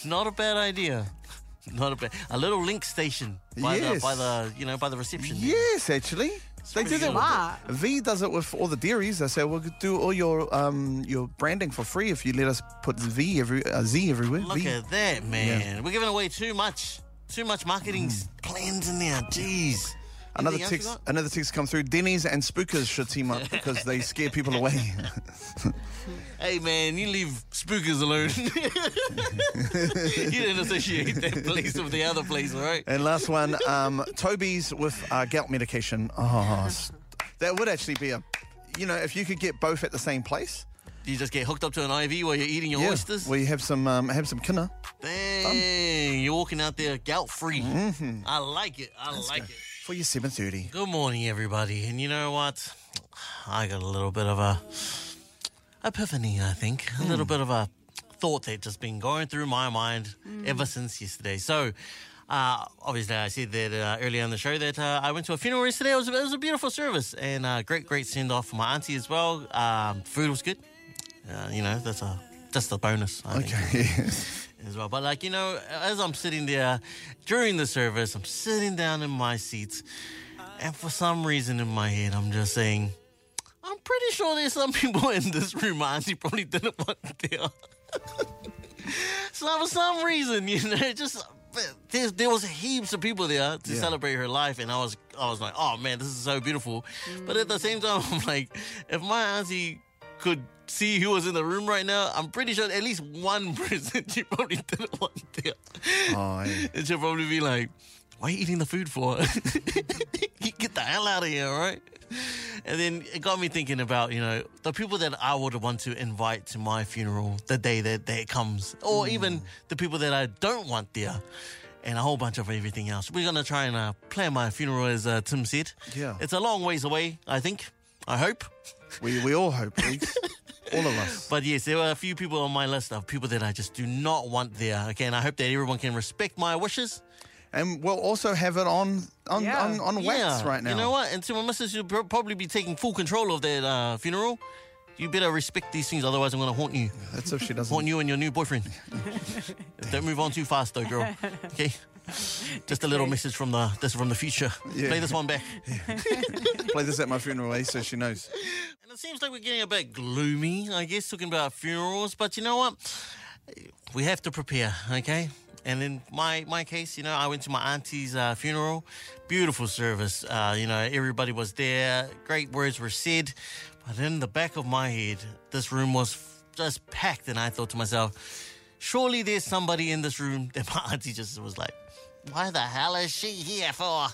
[SPEAKER 4] Not a bad idea. Not a bad. A little link station by the
[SPEAKER 3] Yes.
[SPEAKER 4] by the you know by the reception. there.
[SPEAKER 3] Yes, actually. They
[SPEAKER 4] pretty
[SPEAKER 3] do that.
[SPEAKER 4] good.
[SPEAKER 2] Wow.
[SPEAKER 3] With, v does it with all the dairies. They say we'll do all your um, your branding for free if you let us put V every uh, Z everywhere.
[SPEAKER 4] Look
[SPEAKER 3] v.
[SPEAKER 4] at that, man. We're giving away too much. Too much marketing s- plans in there. Jeez.
[SPEAKER 3] Mm. Another
[SPEAKER 4] Anything else you
[SPEAKER 3] text,
[SPEAKER 4] got?
[SPEAKER 3] another text come through. Denny's and Spookers should
[SPEAKER 4] <laughs>
[SPEAKER 3] team up because they scare people away. <laughs>
[SPEAKER 4] Hey, man, you leave spookers
[SPEAKER 3] <laughs>
[SPEAKER 4] alone. you didn't associate that place with the other place, all right?
[SPEAKER 3] and last one, um, Toby's with uh, gout medication.
[SPEAKER 4] <laughs>
[SPEAKER 3] Oh, s- that would actually be a, you know, if you could get both at the same place.
[SPEAKER 4] You just get hooked up to an IV while you're eating your oysters.
[SPEAKER 3] Well, you have some um, have some kinna.
[SPEAKER 4] Dang, you're walking out there gout free. I like it. I like it.
[SPEAKER 3] for your seven thirty.
[SPEAKER 4] Good morning, everybody. And you know what? I got a little bit of a epiphany, I think. A little bit of a thought that just been going through my mind ever since yesterday. So, uh, obviously, I said that uh, earlier on the show that uh, I went to a funeral yesterday. It was, it was a beautiful service and uh, great, great send off for my auntie as well. Um, food was good. Uh, you know, that's a just a bonus. I think
[SPEAKER 3] <laughs> Okay.
[SPEAKER 4] as well. But like you know, as I'm sitting there during the service, I'm sitting down in my seats, and for some reason in my head, I'm just saying, I'm pretty sure there's some people in this room my auntie probably didn't <laughs> want there. so for some reason, you know, just. There's, there was heaps of people there to
[SPEAKER 3] Yeah.
[SPEAKER 4] celebrate her life, and I was I was like, oh man, this is so beautiful. But at the same time, <laughs> I'm like, if my auntie could see who was in the room right now, I'm pretty sure at least one <laughs> person she probably didn't want there.
[SPEAKER 3] Oh, yeah.
[SPEAKER 4] And she'll probably be like, Why are you eating the food for? <laughs> you get the hell out of here, all right? And then it got me thinking about, you know, the people that I would want to invite to my funeral the day that, that it comes, or even the people that I don't want there, and a whole bunch of everything else. We're going to try and uh, plan my funeral, as uh, Tim said.
[SPEAKER 3] Yeah.
[SPEAKER 4] It's a long ways away, I think. I hope.
[SPEAKER 3] we we all hope, Riggs. all of us.
[SPEAKER 4] But yes, there were a few people on my list of people that I just do not want there. Okay, and I hope that everyone can respect my wishes.
[SPEAKER 3] And we'll also have it on on
[SPEAKER 2] Yeah.
[SPEAKER 3] on, on wax
[SPEAKER 4] Yeah,
[SPEAKER 3] right now.
[SPEAKER 4] You know what? And to my missus, you'll pro- probably be taking full control of that uh, funeral. You better respect these things, otherwise I'm going to haunt you.
[SPEAKER 3] That's if she doesn't.
[SPEAKER 4] Haunt you and your new
[SPEAKER 3] <laughs>
[SPEAKER 4] boyfriend. Don't move on too fast, though, girl. Okay? Just a little message from the this from the future.
[SPEAKER 3] Yeah.
[SPEAKER 4] Play this one back.
[SPEAKER 3] Play this at my funeral, eh? So she
[SPEAKER 4] <laughs>
[SPEAKER 3] knows.
[SPEAKER 4] And it seems like we're getting a bit gloomy, I guess, talking about funerals. But you know what? We have to prepare, okay? And in my my case, you know, I went to my auntie's uh, funeral. Beautiful service. Uh, you know, everybody was there. Great words were said. But in the back of my head, this room was f- just packed, and I thought to myself, surely there's somebody in this room <laughs> that my auntie just was like, why the hell is she here for?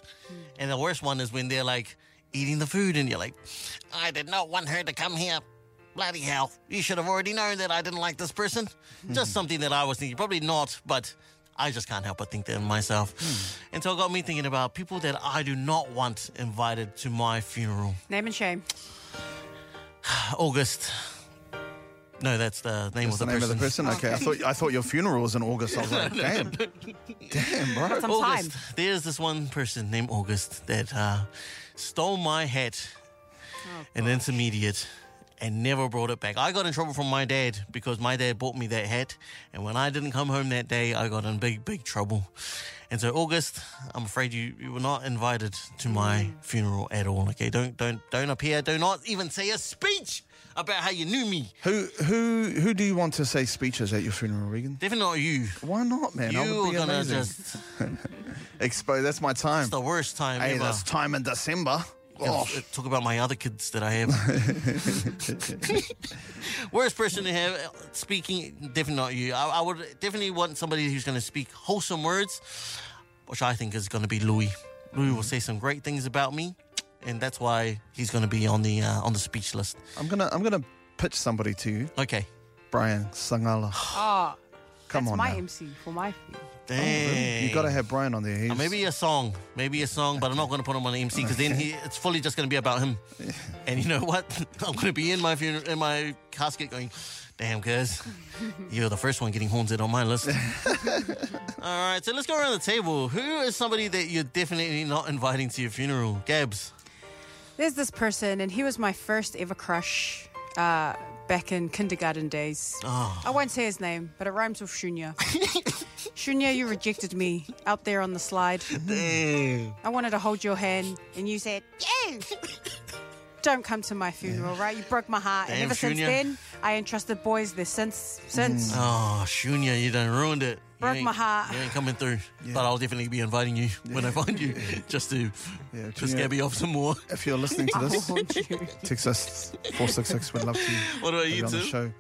[SPEAKER 4] And the worst one is when they're like eating the food and you're like, I did not want her to come here. Bloody hell. You should have already known that I didn't like this person.
[SPEAKER 3] Hmm.
[SPEAKER 4] Just something that I was thinking. Probably not, but I just can't help but think that in myself.
[SPEAKER 3] Hmm.
[SPEAKER 4] And so it got me thinking about people that I do not want invited to my funeral.
[SPEAKER 2] Name and shame.
[SPEAKER 4] August. No, that's the name, of
[SPEAKER 3] What's
[SPEAKER 4] the,
[SPEAKER 3] the name
[SPEAKER 4] person.
[SPEAKER 3] of the person? Okay, I thought I thought your funeral was in August. I
[SPEAKER 4] <laughs>
[SPEAKER 3] was like, damn, damn, bro.
[SPEAKER 2] Some time.
[SPEAKER 4] August. There's this one person named August that uh, stole my hat,
[SPEAKER 2] Oh,
[SPEAKER 4] an intermediate, and never brought it back. I got in trouble from my dad because my dad bought me that hat, and when I didn't come home that day, I got in big, big trouble. And so August, I'm afraid you, you were not invited to my
[SPEAKER 2] Mm.
[SPEAKER 4] funeral at all. Okay, don't don't don't appear. Do not even say a speech about how you knew me.
[SPEAKER 3] Who who who do you want to say speeches at your funeral, Regan?
[SPEAKER 4] Definitely not you.
[SPEAKER 3] Why not, man? I
[SPEAKER 4] You
[SPEAKER 3] would
[SPEAKER 4] are
[SPEAKER 3] be
[SPEAKER 4] gonna
[SPEAKER 3] amazing.
[SPEAKER 4] just
[SPEAKER 3] expose. That's my time.
[SPEAKER 4] the worst time
[SPEAKER 3] Hey,
[SPEAKER 4] ever.
[SPEAKER 3] that's time in December. Oh,
[SPEAKER 4] Let's Talk about my other kids that I have. <laughs> Worst person to have uh, speaking, definitely not you. I, I would definitely want somebody who's going to speak wholesome words, which I think is going to be Louis. Louis will say some great things about me, and that's why he's going to be on the uh, on the speech list.
[SPEAKER 3] I'm gonna I'm gonna pitch somebody to you,
[SPEAKER 4] Okay,
[SPEAKER 3] Brian Sangala.
[SPEAKER 2] Oh,
[SPEAKER 3] Come
[SPEAKER 2] That's
[SPEAKER 3] on
[SPEAKER 2] my
[SPEAKER 3] now.
[SPEAKER 2] MC for my fee.
[SPEAKER 4] Oh,
[SPEAKER 3] Really?
[SPEAKER 4] Dang.
[SPEAKER 3] You got to have Brian on there. He's,
[SPEAKER 4] Or maybe a song, maybe a song, but I'm not going to put him on MC because then he, it's fully just going to be about him. And you know what? <laughs> I'm going to be in my funeral, in my casket, going, "Damn, cuz you're the first one getting haunted on my
[SPEAKER 3] <laughs>
[SPEAKER 4] list." All right, so let's go around the table. Who is somebody that you're definitely not inviting to your funeral? Gabs.
[SPEAKER 2] There's this person, and he was my first ever crush uh, back in kindergarten days.
[SPEAKER 4] Oh.
[SPEAKER 2] I won't say his name, but it rhymes
[SPEAKER 4] <laughs>
[SPEAKER 2] with Shunya. Shunya, you rejected me out there on the slide.
[SPEAKER 4] Dang.
[SPEAKER 2] I wanted to hold your hand, and you said, "You don't come to my funeral, right? You broke my heart." and
[SPEAKER 4] Damn,
[SPEAKER 2] ever since
[SPEAKER 4] Shunya.
[SPEAKER 2] then, I entrusted boys there since since.
[SPEAKER 4] Oh, Shunya, you done ruined it. You
[SPEAKER 2] Broke
[SPEAKER 4] ain't-
[SPEAKER 2] my heart.
[SPEAKER 4] You ain't coming through, but I'll definitely be inviting you when I find you, just to
[SPEAKER 3] Yeah,
[SPEAKER 4] piss
[SPEAKER 3] Shunya-
[SPEAKER 4] Gabby off some more.
[SPEAKER 3] If you're listening
[SPEAKER 2] <laughs>
[SPEAKER 3] to this,
[SPEAKER 2] you.
[SPEAKER 3] text us 466. We'd love <laughs> to
[SPEAKER 4] What about
[SPEAKER 3] have
[SPEAKER 4] you
[SPEAKER 3] on the
[SPEAKER 4] two?
[SPEAKER 3] show.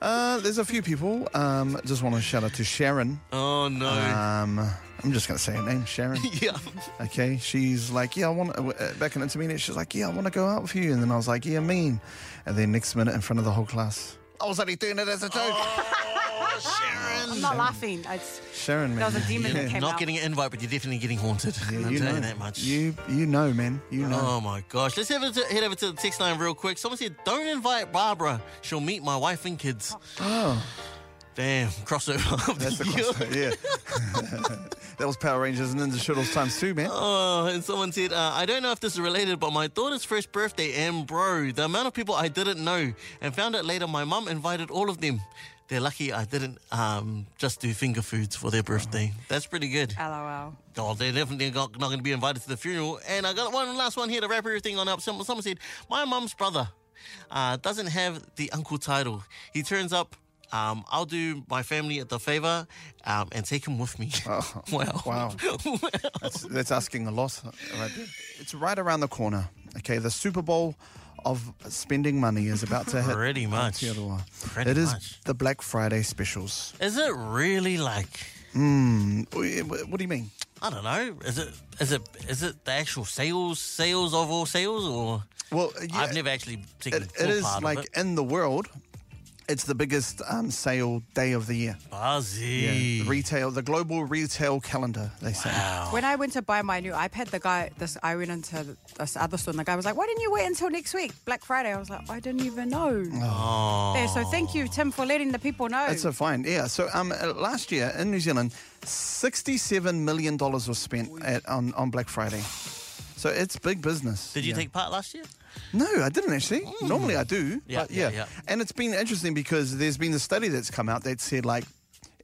[SPEAKER 3] Uh, there's a few people. Um, just want to shout out to Sharon.
[SPEAKER 4] Oh no.
[SPEAKER 3] Um, I'm just going to say her name, <laughs> Sharon.
[SPEAKER 4] yeah.
[SPEAKER 3] Okay, she's like, yeah, I want to, back in intermediate, she's like, yeah, I want to go out with you. And then I was like, yeah, mean. And then next minute, in front of the whole class, I was only doing it as a joke.
[SPEAKER 2] I'm not laughing. It's,
[SPEAKER 3] Sharon,
[SPEAKER 2] that
[SPEAKER 3] man.
[SPEAKER 2] was a demon that
[SPEAKER 4] You're
[SPEAKER 2] came
[SPEAKER 4] not
[SPEAKER 2] out.
[SPEAKER 4] getting an invite, but you're definitely getting haunted.
[SPEAKER 3] Yeah,
[SPEAKER 4] I'm
[SPEAKER 3] you
[SPEAKER 4] telling you
[SPEAKER 3] know.
[SPEAKER 4] that much.
[SPEAKER 3] You, you know, man. You know.
[SPEAKER 4] Oh my gosh. Let's head over, to, head over to the text line real quick. Someone said, Don't invite Barbara. She'll meet my wife and kids.
[SPEAKER 3] <gasps> Oh,
[SPEAKER 4] Damn, crossover. <laughs> of the
[SPEAKER 3] that's the
[SPEAKER 4] year.
[SPEAKER 3] crossover. Yeah. <laughs> that was Power Rangers and Ninja Turtles times two, man.
[SPEAKER 4] Oh, and someone said, uh, I don't know if this is related, but my daughter's first birthday, and bro, the amount of people I didn't know and found out later my mum invited all of them. They're lucky I didn't um, just do finger foods for their birthday. That's pretty good.
[SPEAKER 2] LOL.
[SPEAKER 4] Oh, they're definitely not, not going to be invited to the funeral. And I got one last one here to wrap everything on up. Someone, someone said, My mum's brother uh, doesn't have the uncle title. He turns up. Um, I'll do my family a favor um, and take him
[SPEAKER 3] <laughs>
[SPEAKER 4] with me. <laughs> wow.
[SPEAKER 3] Oh, wow. That's, that's asking a lot. Right there. It's right around the corner. Okay, the Super Bowl of spending money is about to hit.
[SPEAKER 4] Pretty much.
[SPEAKER 3] Aotearoa.
[SPEAKER 4] Pretty
[SPEAKER 3] It is
[SPEAKER 4] much.
[SPEAKER 3] the Black Friday specials.
[SPEAKER 4] Is it really like,
[SPEAKER 3] What do you mean?
[SPEAKER 4] I don't know, is it is it is it the actual sales, sales of all sales? Or
[SPEAKER 3] Well, yeah,
[SPEAKER 4] I've never actually taken
[SPEAKER 3] It,
[SPEAKER 4] full
[SPEAKER 3] it is
[SPEAKER 4] part
[SPEAKER 3] like
[SPEAKER 4] of it.
[SPEAKER 3] in the world, it's the biggest um, sale day of the year.
[SPEAKER 4] Buzzy.
[SPEAKER 3] The retail, the global retail calendar, they say.
[SPEAKER 4] Wow.
[SPEAKER 2] When I went to buy my new iPad, the guy, this I went into this other store, and the guy was like, "Why didn't you wait until next week, Black Friday?" I was like, "I didn't even know." Yeah, so thank you, Tim, for letting the people know.
[SPEAKER 3] That's so fine. Yeah. So um, uh, last year in New Zealand, sixty-seven million dollars was spent at, on on Black Friday. So it's big business.
[SPEAKER 4] Did you
[SPEAKER 3] yeah.
[SPEAKER 4] take part last year?
[SPEAKER 3] No, I didn't actually. Normally I do.
[SPEAKER 4] Yeah,
[SPEAKER 3] but
[SPEAKER 4] yeah,
[SPEAKER 3] yeah.
[SPEAKER 4] yeah.
[SPEAKER 3] And it's been interesting because there's been a study that's come out that said like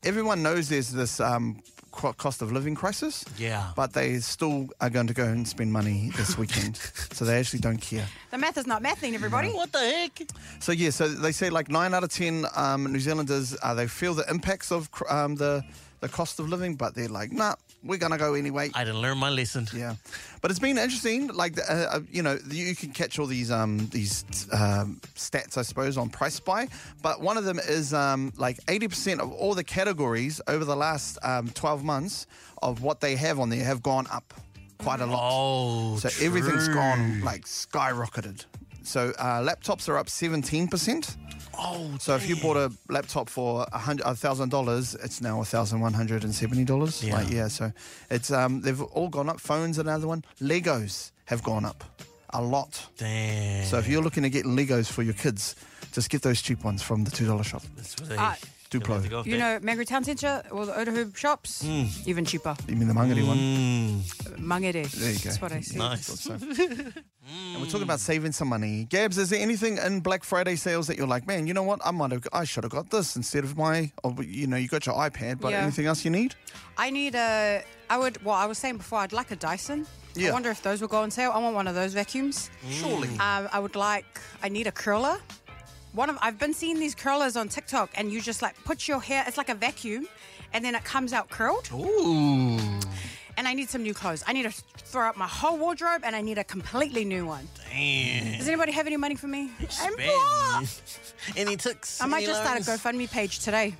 [SPEAKER 3] everyone knows there's this um, qu- cost of living crisis.
[SPEAKER 4] Yeah.
[SPEAKER 3] But they still are going to go and spend money this
[SPEAKER 4] <laughs>
[SPEAKER 3] weekend, so they actually don't care.
[SPEAKER 2] the math is not mathing, everybody.
[SPEAKER 3] <laughs>
[SPEAKER 4] What the heck?
[SPEAKER 3] So yeah, so they say like nine out of ten um, New Zealanders uh, they feel the impacts of cr- um, the the cost of living, but they're like, nah, we're gonna go anyway.
[SPEAKER 4] I didn't learn my lesson.
[SPEAKER 3] Yeah, but it's been interesting. Like uh, uh, you know, you can catch all these um, these um, stats, I suppose, on Price Spy. But one of them is um, like eighty percent of all the categories over the last um, twelve months of what they have on there have gone up quite a lot.
[SPEAKER 4] Oh,
[SPEAKER 3] so everything's
[SPEAKER 4] true.
[SPEAKER 3] gone like skyrocketed. So uh, laptops are up seventeen percent.
[SPEAKER 4] Oh,
[SPEAKER 3] So if you bought a laptop for a hundred a thousand dollars, it's now a thousand one hundred and seventy dollars.
[SPEAKER 4] Yeah.
[SPEAKER 3] Yeah. Like, yeah. So it's um they've all gone up. Phones another one. Legos have gone up a lot.
[SPEAKER 4] damn.
[SPEAKER 3] So if you're looking to get Legos for your kids, just get those cheap ones from the two dollar shop.
[SPEAKER 4] That's where they-
[SPEAKER 2] Ah,
[SPEAKER 4] they'll have to
[SPEAKER 3] Duplo.
[SPEAKER 4] go
[SPEAKER 2] You
[SPEAKER 4] there.
[SPEAKER 2] know, Mangere Town Centre or the Otahu shops, even cheaper.
[SPEAKER 3] You mean the Mangere one?
[SPEAKER 4] Mm,
[SPEAKER 2] Mangere.
[SPEAKER 3] There you go.
[SPEAKER 2] That's what I see.
[SPEAKER 4] nice.
[SPEAKER 3] So. and we're talking about saving some money. Gabs, is there anything in Black Friday sales that you're like, man, you know what? I might have, I should have got this instead of my, or, you know, you got your iPad, but
[SPEAKER 2] Yeah.
[SPEAKER 3] anything else you need?
[SPEAKER 2] I need a. I would. Well, I was saying before, I'd like a Dyson. I
[SPEAKER 3] Yeah.
[SPEAKER 2] wonder if those will go on sale. I want one of those vacuums. Surely. Um, I would like. I need a curler. One of I've been seeing these curlers on TikTok, and you just like put your hair. It's like a vacuum, and then it comes out curled.
[SPEAKER 4] Ooh.
[SPEAKER 2] And I need some new clothes. I need to throw out my whole wardrobe, and I need a completely new one.
[SPEAKER 4] Damn.
[SPEAKER 2] Does anybody have any money for me? I'm poor.
[SPEAKER 4] Bad. <laughs> Any ticks?
[SPEAKER 2] I might
[SPEAKER 4] Any
[SPEAKER 2] just start a
[SPEAKER 4] loans?
[SPEAKER 2] GoFundMe page today.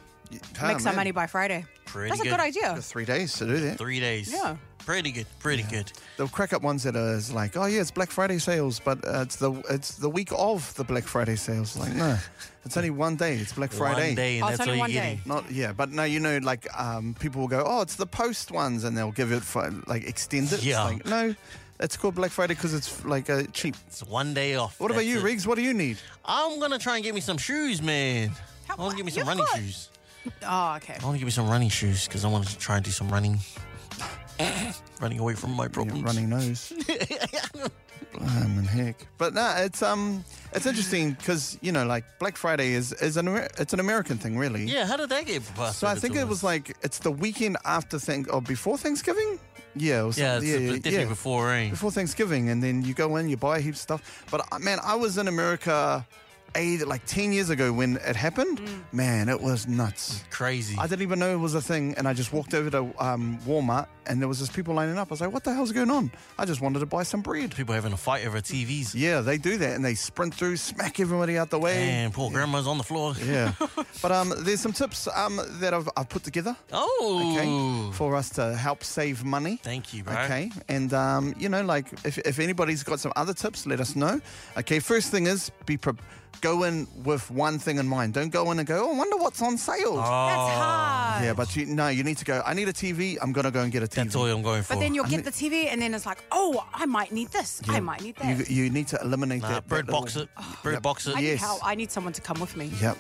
[SPEAKER 2] Make some money by Friday.
[SPEAKER 4] Ah, Pretty
[SPEAKER 2] That's a
[SPEAKER 4] good.
[SPEAKER 2] good idea.
[SPEAKER 3] Got Ah, three days to do that.
[SPEAKER 4] Three days.
[SPEAKER 2] Yeah.
[SPEAKER 4] pretty good, pretty good.
[SPEAKER 3] They'll crack up ones that is like, oh yeah, it's Black Friday sales, but uh, it's the it's the week of the Black Friday sales. Like no, it's only one day. It's Black Friday.
[SPEAKER 4] One day, and
[SPEAKER 2] Oh, it's
[SPEAKER 4] that's all
[SPEAKER 2] only
[SPEAKER 4] you're
[SPEAKER 2] one
[SPEAKER 4] getting.
[SPEAKER 2] day.
[SPEAKER 3] Not yeah, but no, you know, like um, people will go, oh, it's the post ones, and they'll give it for like extend it.
[SPEAKER 4] Yeah.
[SPEAKER 3] It's like, no, it's called Black Friday because it's like uh, cheap.
[SPEAKER 4] It's one day off.
[SPEAKER 3] What about
[SPEAKER 4] That's
[SPEAKER 3] you,
[SPEAKER 4] it.
[SPEAKER 3] Riggs? What do you need?
[SPEAKER 4] I'm gonna try and get me some shoes, man. I want to get me some
[SPEAKER 2] You've
[SPEAKER 4] running
[SPEAKER 2] got-
[SPEAKER 4] shoes.
[SPEAKER 2] Oh, okay.
[SPEAKER 4] I want to get me some running shoes because I want to try and do some running, <laughs> running away from my
[SPEAKER 3] Yeah,
[SPEAKER 4] problems.
[SPEAKER 3] running
[SPEAKER 4] <laughs>
[SPEAKER 3] nose. Blimey heck! But no, it's um, it's interesting because you know, like Black Friday is is an Amer- it's an American thing, really.
[SPEAKER 4] Yeah, how did that get passed?
[SPEAKER 3] So I
[SPEAKER 4] over
[SPEAKER 3] think
[SPEAKER 4] to
[SPEAKER 3] it
[SPEAKER 4] us?
[SPEAKER 3] was like it's the weekend after thank or before Thanksgiving. Yeah, or
[SPEAKER 4] yeah, it's
[SPEAKER 3] something.
[SPEAKER 4] yeah, definitely before eh? rain.
[SPEAKER 3] before Thanksgiving, and then you go in, you buy heaps of stuff. But uh, man, I was in America, eight, like ten years ago when it happened. Man, it was nuts.
[SPEAKER 4] Crazy.
[SPEAKER 3] I didn't even know it was a thing, and I just walked over to um, Walmart, and there was just people lining up. I was like, "What the hell's going on?" I just wanted to buy some bread.
[SPEAKER 4] People having a fight over TVs.
[SPEAKER 3] Yeah, they do that, and they sprint through, smack everybody out the way.
[SPEAKER 4] And poor grandma's on the floor.
[SPEAKER 3] Yeah, but um, there's some tips um, that I've, I've put together. Okay,
[SPEAKER 4] Oh,
[SPEAKER 3] for us to help save money.
[SPEAKER 4] thank you, bro.
[SPEAKER 3] Okay, and um, you know, like if, if anybody's got some other tips, let us know. Okay, first thing is be pre- go in with one thing in mind. Don't go in and go, oh, I wonder what's on sale.
[SPEAKER 4] Oh,
[SPEAKER 2] That's hard.
[SPEAKER 3] Yeah, but you, no, you need to go. I need a TV. I'm gonna go and get a TV.
[SPEAKER 4] That's all I'm going for.
[SPEAKER 2] But then you'll
[SPEAKER 3] I
[SPEAKER 2] get
[SPEAKER 3] mean-
[SPEAKER 2] the TV, and then it's like, oh, I might need this. I might need that.
[SPEAKER 3] You, you need to eliminate
[SPEAKER 4] nah,
[SPEAKER 3] that.
[SPEAKER 4] bread
[SPEAKER 3] that
[SPEAKER 4] box
[SPEAKER 3] little-
[SPEAKER 4] it.
[SPEAKER 2] Oh.
[SPEAKER 4] Bread
[SPEAKER 3] Yep.
[SPEAKER 4] box it.
[SPEAKER 2] I need
[SPEAKER 3] yes.
[SPEAKER 2] help. I need someone to come with me.
[SPEAKER 3] Yep.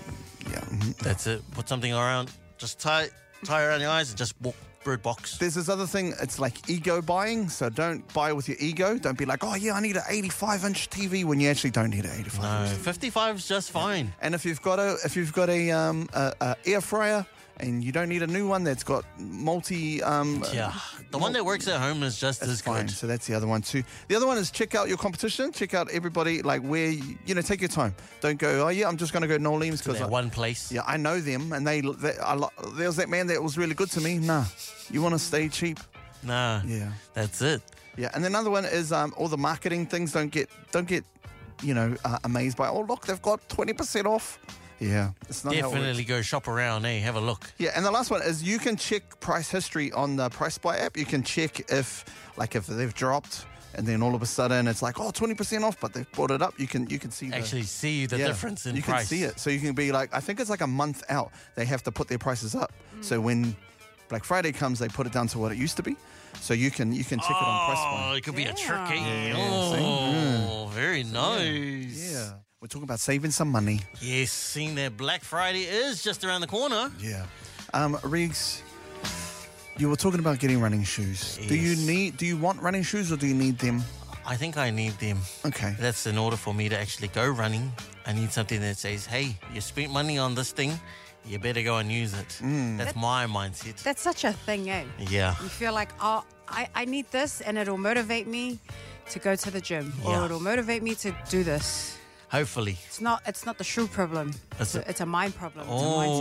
[SPEAKER 3] Yeah. mhm.
[SPEAKER 4] That's it. Put something around. Just tie tie around your eyes and just walk. Bird box.
[SPEAKER 3] There's this other thing. It's like ego buying. So don't buy with your ego. Don't be like, oh yeah, I need an 85 inch TV when you actually don't need an 85.
[SPEAKER 4] No, 55's just fine.
[SPEAKER 3] And if you've got a if you've got a, um, a, a air fryer and you don't need a new one that's got multi um,
[SPEAKER 4] Yeah. The one that works at home is just as
[SPEAKER 3] That's fine.
[SPEAKER 4] good.
[SPEAKER 3] So that's the other one too. The other one is check out your competition. Check out everybody. Like where you, you know, take your time. Don't go. Oh yeah, I'm just going to go Norleans because
[SPEAKER 4] That one place.
[SPEAKER 3] yeah, I know them and they. they I, lo- there was that man that was really good to me. Nah, you want to stay cheap.
[SPEAKER 4] Nah.
[SPEAKER 3] Yeah.
[SPEAKER 4] That's it.
[SPEAKER 3] Yeah, and another one is um, all the marketing things. Don't get don't get you know uh, amazed by. Oh look, they've got twenty percent off. Yeah, it's not how it works.
[SPEAKER 4] Definitely go shop around, eh? Have a look.
[SPEAKER 3] Yeah, and the last one is you can check price history on the Price Buy app. You can check if, like, if they've dropped, and then all of a sudden it's like, oh, 20 percent off, but they've brought it up. You can you can see the-
[SPEAKER 4] Actually see the
[SPEAKER 3] yeah,
[SPEAKER 4] difference in
[SPEAKER 3] you
[SPEAKER 4] price.
[SPEAKER 3] can see it, so you can be like, I think it's like a month out. They have to put their prices up, so when Black Friday comes, they put it down to what it used to be. So you can you can check it on Price
[SPEAKER 4] Oh,
[SPEAKER 3] Buy.
[SPEAKER 4] it could be a trick, eh?
[SPEAKER 3] see?
[SPEAKER 4] Oh, very nice.
[SPEAKER 3] Yeah, we're talking about saving some money.
[SPEAKER 4] Yes, seeing that Black Friday is just around the corner.
[SPEAKER 3] Yeah. Um, Riggs, you were talking about getting running shoes. Do you
[SPEAKER 4] Yes.
[SPEAKER 3] need? Do you want running shoes or do you need them?
[SPEAKER 4] I think I need them.
[SPEAKER 3] Okay.
[SPEAKER 4] That's in order for me to actually go running. I need something that says, hey, you spent money on this thing, you better go and use it.
[SPEAKER 3] Mm.
[SPEAKER 4] That's my mindset.
[SPEAKER 2] That's such a thing, eh?
[SPEAKER 4] Yeah.
[SPEAKER 2] You feel like, oh, I, I need this, and it'll motivate me to go to the gym,
[SPEAKER 4] Yeah.
[SPEAKER 2] or it'll motivate me to do this.
[SPEAKER 4] Hopefully.
[SPEAKER 2] It's not. It's not the shoe problem.
[SPEAKER 4] That's
[SPEAKER 2] It's
[SPEAKER 4] it.
[SPEAKER 2] a, it's a mind problem. It's a mindset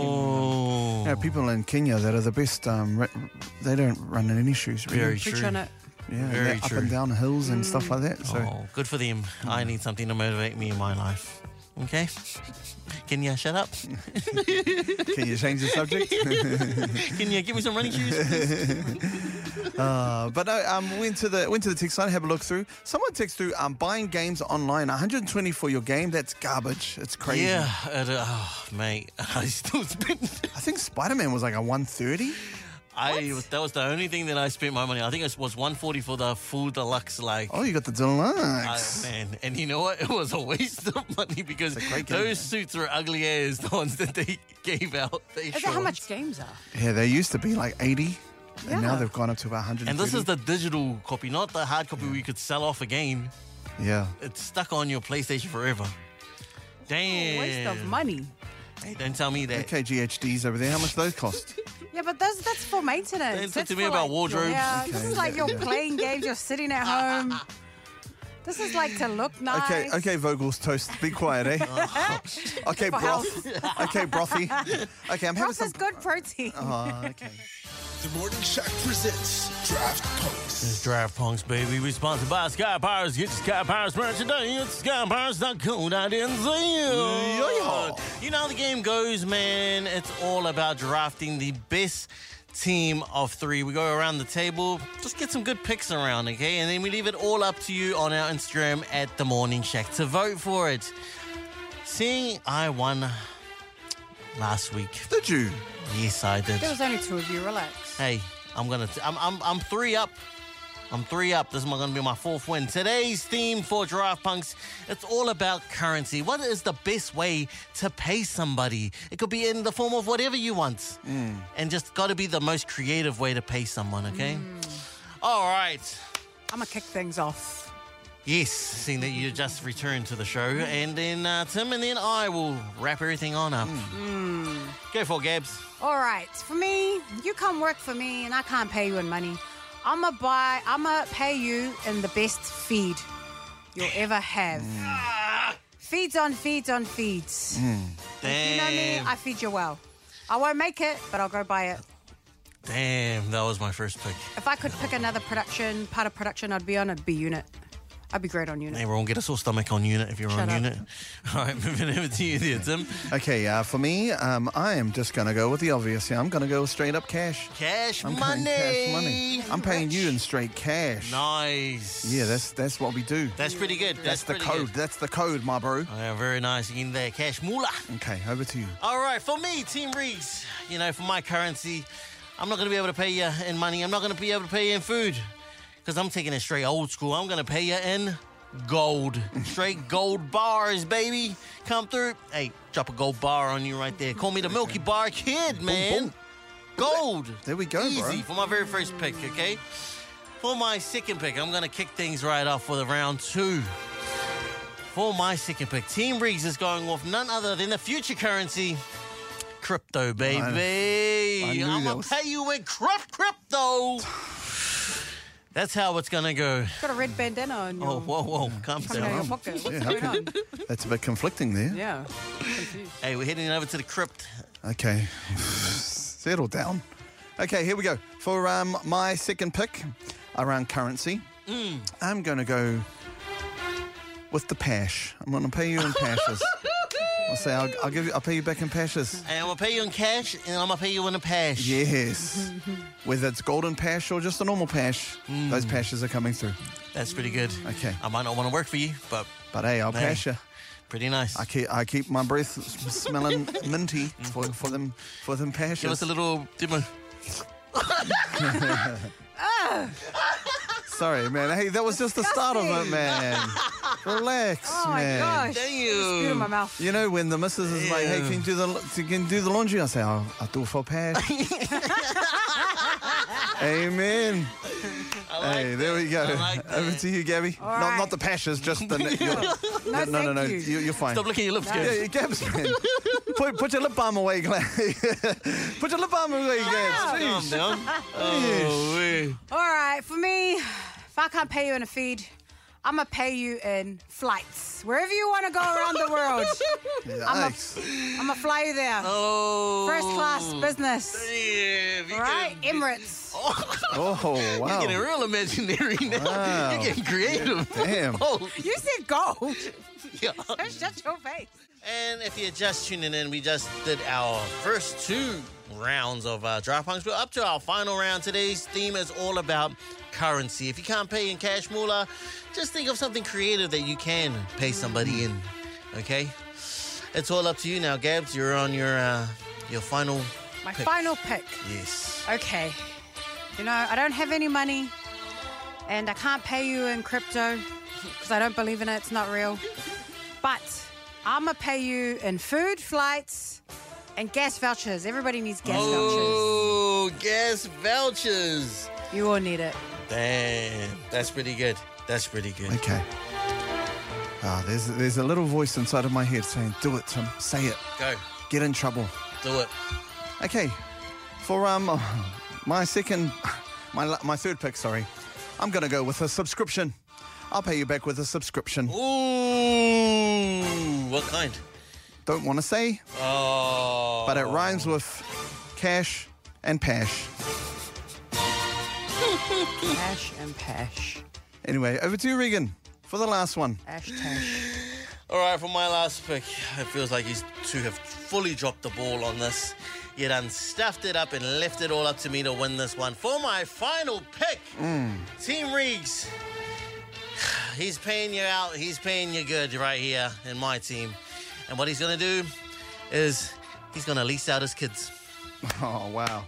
[SPEAKER 4] Oh.
[SPEAKER 2] problem.
[SPEAKER 3] Yeah, people in Kenya that are the best, um, re- they don't run in any shoes. Really.
[SPEAKER 4] Very
[SPEAKER 2] Preach
[SPEAKER 4] true.
[SPEAKER 2] on it.
[SPEAKER 3] yeah, and
[SPEAKER 4] very
[SPEAKER 3] they're up
[SPEAKER 4] true.
[SPEAKER 3] and down hills and stuff like that. So
[SPEAKER 4] Oh, good for them. I need something to motivate me in my life. Okay? <laughs> Can you shut up? Oh.
[SPEAKER 3] can you change the
[SPEAKER 4] <laughs>
[SPEAKER 3] subject?
[SPEAKER 4] Can you give me some running shoes?
[SPEAKER 3] uh, but no, um, went to the went to the text line, have a look through. Someone texted through, um, buying games online, 120 for your game. That's garbage. It's <laughs> crazy.
[SPEAKER 4] yeah, it, uh, oh, mate. <laughs> I still spent. <laughs>
[SPEAKER 3] I think Spider Man was like a 130.
[SPEAKER 4] I that was the only thing that I spent my money. on. I think it was 140 for the full deluxe. Like,
[SPEAKER 3] Oh, you got the
[SPEAKER 4] Uh,
[SPEAKER 3] deluxe.
[SPEAKER 4] man, and you know what? It was a waste of money because
[SPEAKER 3] It's a great game, man.
[SPEAKER 4] those suits were ugly as the ones that they <laughs> gave out. The
[SPEAKER 2] Is that how much
[SPEAKER 4] insurance.
[SPEAKER 2] games are?
[SPEAKER 3] yeah, they used to be like 80, and now
[SPEAKER 2] Yeah.
[SPEAKER 3] they've gone up to about 100.
[SPEAKER 4] And this is the digital copy, not the hard copy where you could sell off again.
[SPEAKER 3] yeah.
[SPEAKER 4] It's stuck on your PlayStation forever. Damn.
[SPEAKER 2] A waste of money.
[SPEAKER 4] Hey, don't tell me that.
[SPEAKER 3] Okay, GHDs over there. How much do those cost?
[SPEAKER 2] Yeah, but that's that's for maintenance.
[SPEAKER 4] Don't talk
[SPEAKER 2] That's
[SPEAKER 4] to me
[SPEAKER 2] for,
[SPEAKER 4] about
[SPEAKER 2] like,
[SPEAKER 4] wardrobes.
[SPEAKER 2] Yeah, this
[SPEAKER 3] Okay,
[SPEAKER 2] is like
[SPEAKER 3] yeah,
[SPEAKER 2] you're
[SPEAKER 3] yeah.
[SPEAKER 2] playing games. You're sitting at home.
[SPEAKER 4] <laughs>
[SPEAKER 2] This is like to look nice.
[SPEAKER 3] Okay, okay, Vogel's toast. Be quiet, eh? okay, broth. Okay, brothy. Okay, I'm having
[SPEAKER 2] Broth
[SPEAKER 3] some.
[SPEAKER 2] is good protein.
[SPEAKER 3] Oh, okay.
[SPEAKER 5] The Morning Shack presents Draft Punks.
[SPEAKER 4] This is Draft Punks, baby. We sponsored by Sky Powers. Get your Sky Powers merchandise at skypowers.co.nz. You know how the game goes, man. It's all about drafting the best team of three. We go around the table, just get some good picks around, okay? And then we leave it all up to you on our Instagram at The Morning Shack to vote for it. Seeing I won last week.
[SPEAKER 3] Did you?
[SPEAKER 4] Yes, I did.
[SPEAKER 2] <laughs> There was only two of you. Relax.
[SPEAKER 4] Hey, I'm gonna. T- I'm, I'm I'm three up. I'm three up. This is my- gonna be my fourth win. Today's theme for Giraffe Punks. It's all about currency. What is the best way to pay somebody? It could be in the form of whatever you want, and just got to be the most creative way to pay someone. Okay. All right.
[SPEAKER 2] I'm gonna kick things off.
[SPEAKER 4] Yes, seeing that you just returned to the show, and then uh, Tim, and then I will wrap everything on up. Go for it, Gabs.
[SPEAKER 2] All right, for me, you come work for me, and I can't pay you in money. I'ma buy. I'ma pay you in the best feed you'll ever have.
[SPEAKER 3] Mm.
[SPEAKER 2] Feeds on feeds on feeds. You know me.
[SPEAKER 3] Mm.
[SPEAKER 2] I feed you well. I won't make it, but I'll go buy it.
[SPEAKER 4] Damn, that was my first pick.
[SPEAKER 2] If I could pick another production, part of production I'd be on, it'd be Unit. I'd be great on Unit.
[SPEAKER 4] Everyone get a sore stomach on unit if you're
[SPEAKER 2] Shut
[SPEAKER 4] on
[SPEAKER 2] up.
[SPEAKER 4] unit. <laughs> All right, moving over to you there, Tim.
[SPEAKER 3] Okay, uh, for me, um, I am just going to go with the obvious here. I'm going to go with straight up cash.
[SPEAKER 4] Cash
[SPEAKER 3] I'm
[SPEAKER 4] money.
[SPEAKER 3] paying cash money. I'm paying you in straight cash.
[SPEAKER 4] Nice.
[SPEAKER 3] Yeah, that's that's what we do.
[SPEAKER 4] that's pretty good. That's,
[SPEAKER 3] That's the
[SPEAKER 4] pretty
[SPEAKER 3] code.
[SPEAKER 4] Good.
[SPEAKER 3] That's the code, my bro.
[SPEAKER 4] Oh, yeah, very nice in there, cash moolah.
[SPEAKER 3] Okay, over to you.
[SPEAKER 4] All right, for me, Team Reeks, you know, for my currency, I'm not going to be able to pay you in money. I'm not going to be able to pay you in food because I'm taking it straight old school. I'm going to pay you in gold. Straight gold bars, baby. Come through. Hey, drop a gold bar on you right there. Call me the Milky Bar Kid, man.
[SPEAKER 3] boom.
[SPEAKER 4] Gold.
[SPEAKER 3] There we go,
[SPEAKER 4] Easy
[SPEAKER 3] bro.
[SPEAKER 4] for my very first pick, okay? For my second pick, I'm going to kick things right off with a round two. For my second pick, Team Riggs is going off none other than the future currency, crypto, baby.
[SPEAKER 3] I knew
[SPEAKER 4] am
[SPEAKER 3] that
[SPEAKER 4] gonna
[SPEAKER 3] was-
[SPEAKER 4] pay you in crypt crypto. That's how it's gonna go.
[SPEAKER 2] Got a red bandana on your,
[SPEAKER 4] Oh, whoa, whoa, calm
[SPEAKER 2] coming out of
[SPEAKER 4] down.
[SPEAKER 2] your pocket. What's
[SPEAKER 3] Yeah,
[SPEAKER 2] going
[SPEAKER 3] okay.
[SPEAKER 2] on?
[SPEAKER 3] That's a bit conflicting there.
[SPEAKER 2] Yeah. Confused.
[SPEAKER 4] Hey, we're heading over to the crypt.
[SPEAKER 3] Okay. <sighs> Settle down. Okay, here we go. For um, my second pick around currency,
[SPEAKER 4] Mm.
[SPEAKER 3] I'm going to go with the Pash. I'm going to pay you
[SPEAKER 4] <laughs>
[SPEAKER 3] in Pashes. I'll say, I'll, I'll, give you, I'll pay you back in Pashes.
[SPEAKER 4] And I'm gonna pay you in cash, and I'm gonna pay you in a pash. <laughs>
[SPEAKER 3] Yes. Whether it's golden pash or just a normal pash,
[SPEAKER 4] Mm.
[SPEAKER 3] those pashes are coming through.
[SPEAKER 4] That's pretty good.
[SPEAKER 3] Okay.
[SPEAKER 4] I might not want to work for you, but
[SPEAKER 3] But hey, I'll
[SPEAKER 4] Hey.
[SPEAKER 3] pash you.
[SPEAKER 4] pretty nice.
[SPEAKER 3] I keep I keep my breath s-
[SPEAKER 4] <laughs>
[SPEAKER 3] smelling minty for, for them for them pashes.
[SPEAKER 4] Give us a little demo.
[SPEAKER 3] Sorry, man. Hey, that was just the start of it,
[SPEAKER 2] Disgusting.
[SPEAKER 3] man.
[SPEAKER 2] <laughs>
[SPEAKER 3] Relax,
[SPEAKER 2] Oh my
[SPEAKER 3] man.
[SPEAKER 2] gosh.
[SPEAKER 4] Damn.
[SPEAKER 2] It spewed in my mouth.
[SPEAKER 3] You know when the missus is like, "Hey,
[SPEAKER 4] Ew.
[SPEAKER 3] can you do the you can do the laundry?" I say, "I'll, I'll do it for
[SPEAKER 2] <laughs>
[SPEAKER 3] pash." Amen. hey, there we go.
[SPEAKER 4] I like that.
[SPEAKER 3] Over to you, Gabby.
[SPEAKER 2] All
[SPEAKER 3] not
[SPEAKER 2] right.
[SPEAKER 3] not the pashes, just
[SPEAKER 2] <laughs>
[SPEAKER 3] the. no,
[SPEAKER 2] No,
[SPEAKER 3] no, no, no.
[SPEAKER 2] thank you.
[SPEAKER 3] You. You're fine.
[SPEAKER 4] Stop looking at your lips,
[SPEAKER 3] Yeah,
[SPEAKER 4] guys.
[SPEAKER 3] yeah, Gabs, man.
[SPEAKER 2] <laughs>
[SPEAKER 3] put, put your lip balm away, Glenn. <laughs> put your lip balm away, Gabs.
[SPEAKER 4] Calm down. Oh, wee.
[SPEAKER 2] All right, for me, if I can't pay you in a feed, I'm going to pay you in flights. Wherever you want to go around
[SPEAKER 4] <laughs>
[SPEAKER 2] the world,
[SPEAKER 3] Yikes.
[SPEAKER 2] I'm going to fly you there.
[SPEAKER 4] Oh.
[SPEAKER 2] First class business.
[SPEAKER 4] Yeah,
[SPEAKER 2] All right, Emirates.
[SPEAKER 3] Oh,
[SPEAKER 2] <laughs>
[SPEAKER 4] You're getting
[SPEAKER 3] wow.
[SPEAKER 4] real imaginary <laughs> now.
[SPEAKER 3] Wow.
[SPEAKER 4] You're getting creative.
[SPEAKER 3] Damn.
[SPEAKER 4] <laughs> Oh,
[SPEAKER 2] You said gold. <laughs>
[SPEAKER 4] yeah.
[SPEAKER 2] Don't shut your face.
[SPEAKER 4] And if you're just tuning in, we just did our first two rounds of uh, Draft Punks. We're up to our final round. Today's theme is all about currency. If you can't pay in cash, moolah, just think of something creative that you can pay somebody in. Okay? It's all up to you now, Gabs. You're on your uh, your final.
[SPEAKER 2] My
[SPEAKER 4] pick.
[SPEAKER 2] final pick.
[SPEAKER 4] Yes.
[SPEAKER 2] Okay. You know, I don't have any money and I can't pay you in crypto because I don't believe in it. It's not real. But I'm going to pay you in food, flights, and gas vouchers. Everybody needs gas
[SPEAKER 4] Oh, gas vouchers.
[SPEAKER 2] vouchers. You all need it.
[SPEAKER 4] Damn, that's pretty good. That's pretty good.
[SPEAKER 3] Okay. Ah, there's there's a little voice inside of my head saying, "Do it, Tim. Say it.
[SPEAKER 4] Go,
[SPEAKER 3] Get in trouble."
[SPEAKER 4] do it.
[SPEAKER 3] Okay. For um, <laughs> my second, <laughs> my la- my third pick. Sorry, I'm gonna go with a subscription. I'll pay you back with a subscription.
[SPEAKER 4] Ooh, what kind?
[SPEAKER 3] Don't want to say,
[SPEAKER 4] Oh,
[SPEAKER 3] but it rhymes with cash and pash.
[SPEAKER 2] Ash and Pash.
[SPEAKER 3] Anyway, over to you, Regan, for the last one. <laughs>
[SPEAKER 2] Ash Tash.
[SPEAKER 4] All right, for my last pick, it feels like he's to have fully dropped the ball on this. He done stuffed it up and left it all up to me to win this one. For my final pick, Team Reeks. <sighs> He's paying you out. He's paying you good right here in my team. And what he's going to do is he's going to lease out his kids.
[SPEAKER 3] Oh, wow.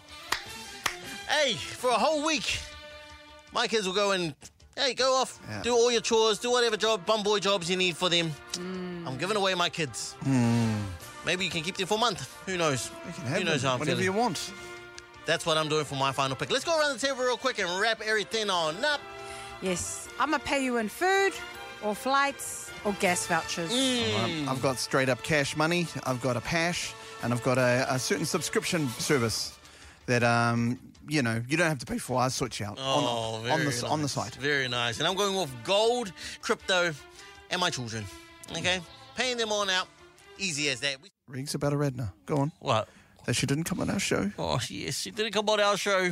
[SPEAKER 4] Hey, for a whole week, my kids will go and, hey, go off,
[SPEAKER 3] Yeah.
[SPEAKER 4] do all your chores, do whatever job, bum boy jobs you need for them. I'm giving away my kids. Maybe you can keep them for a month. Who knows?
[SPEAKER 3] You Mm. can
[SPEAKER 4] Who
[SPEAKER 3] have
[SPEAKER 4] knows
[SPEAKER 3] them
[SPEAKER 4] how I'm
[SPEAKER 3] whenever
[SPEAKER 4] feeling?
[SPEAKER 3] you want.
[SPEAKER 4] That's what I'm doing for my final pick. Let's go around the table real quick and wrap everything on up.
[SPEAKER 2] Yes, I'm gonna pay you in food, or flights, or gas vouchers.
[SPEAKER 3] Um, I've got straight up cash money, I've got a Pash, and I've got a, a certain subscription service that, um, you know, you don't have to pay for. I'll sort you out
[SPEAKER 4] Oh,
[SPEAKER 3] on, the,
[SPEAKER 4] very
[SPEAKER 3] on, the,
[SPEAKER 4] nice.
[SPEAKER 3] s- on the site.
[SPEAKER 4] Very nice. And I'm going with gold, crypto, and my children. Okay? Paying them on out. Easy as that. We-
[SPEAKER 3] Riggs about a Radna. Go on.
[SPEAKER 4] What?
[SPEAKER 3] That she didn't come on our show.
[SPEAKER 4] Oh, yes. She didn't come on our show.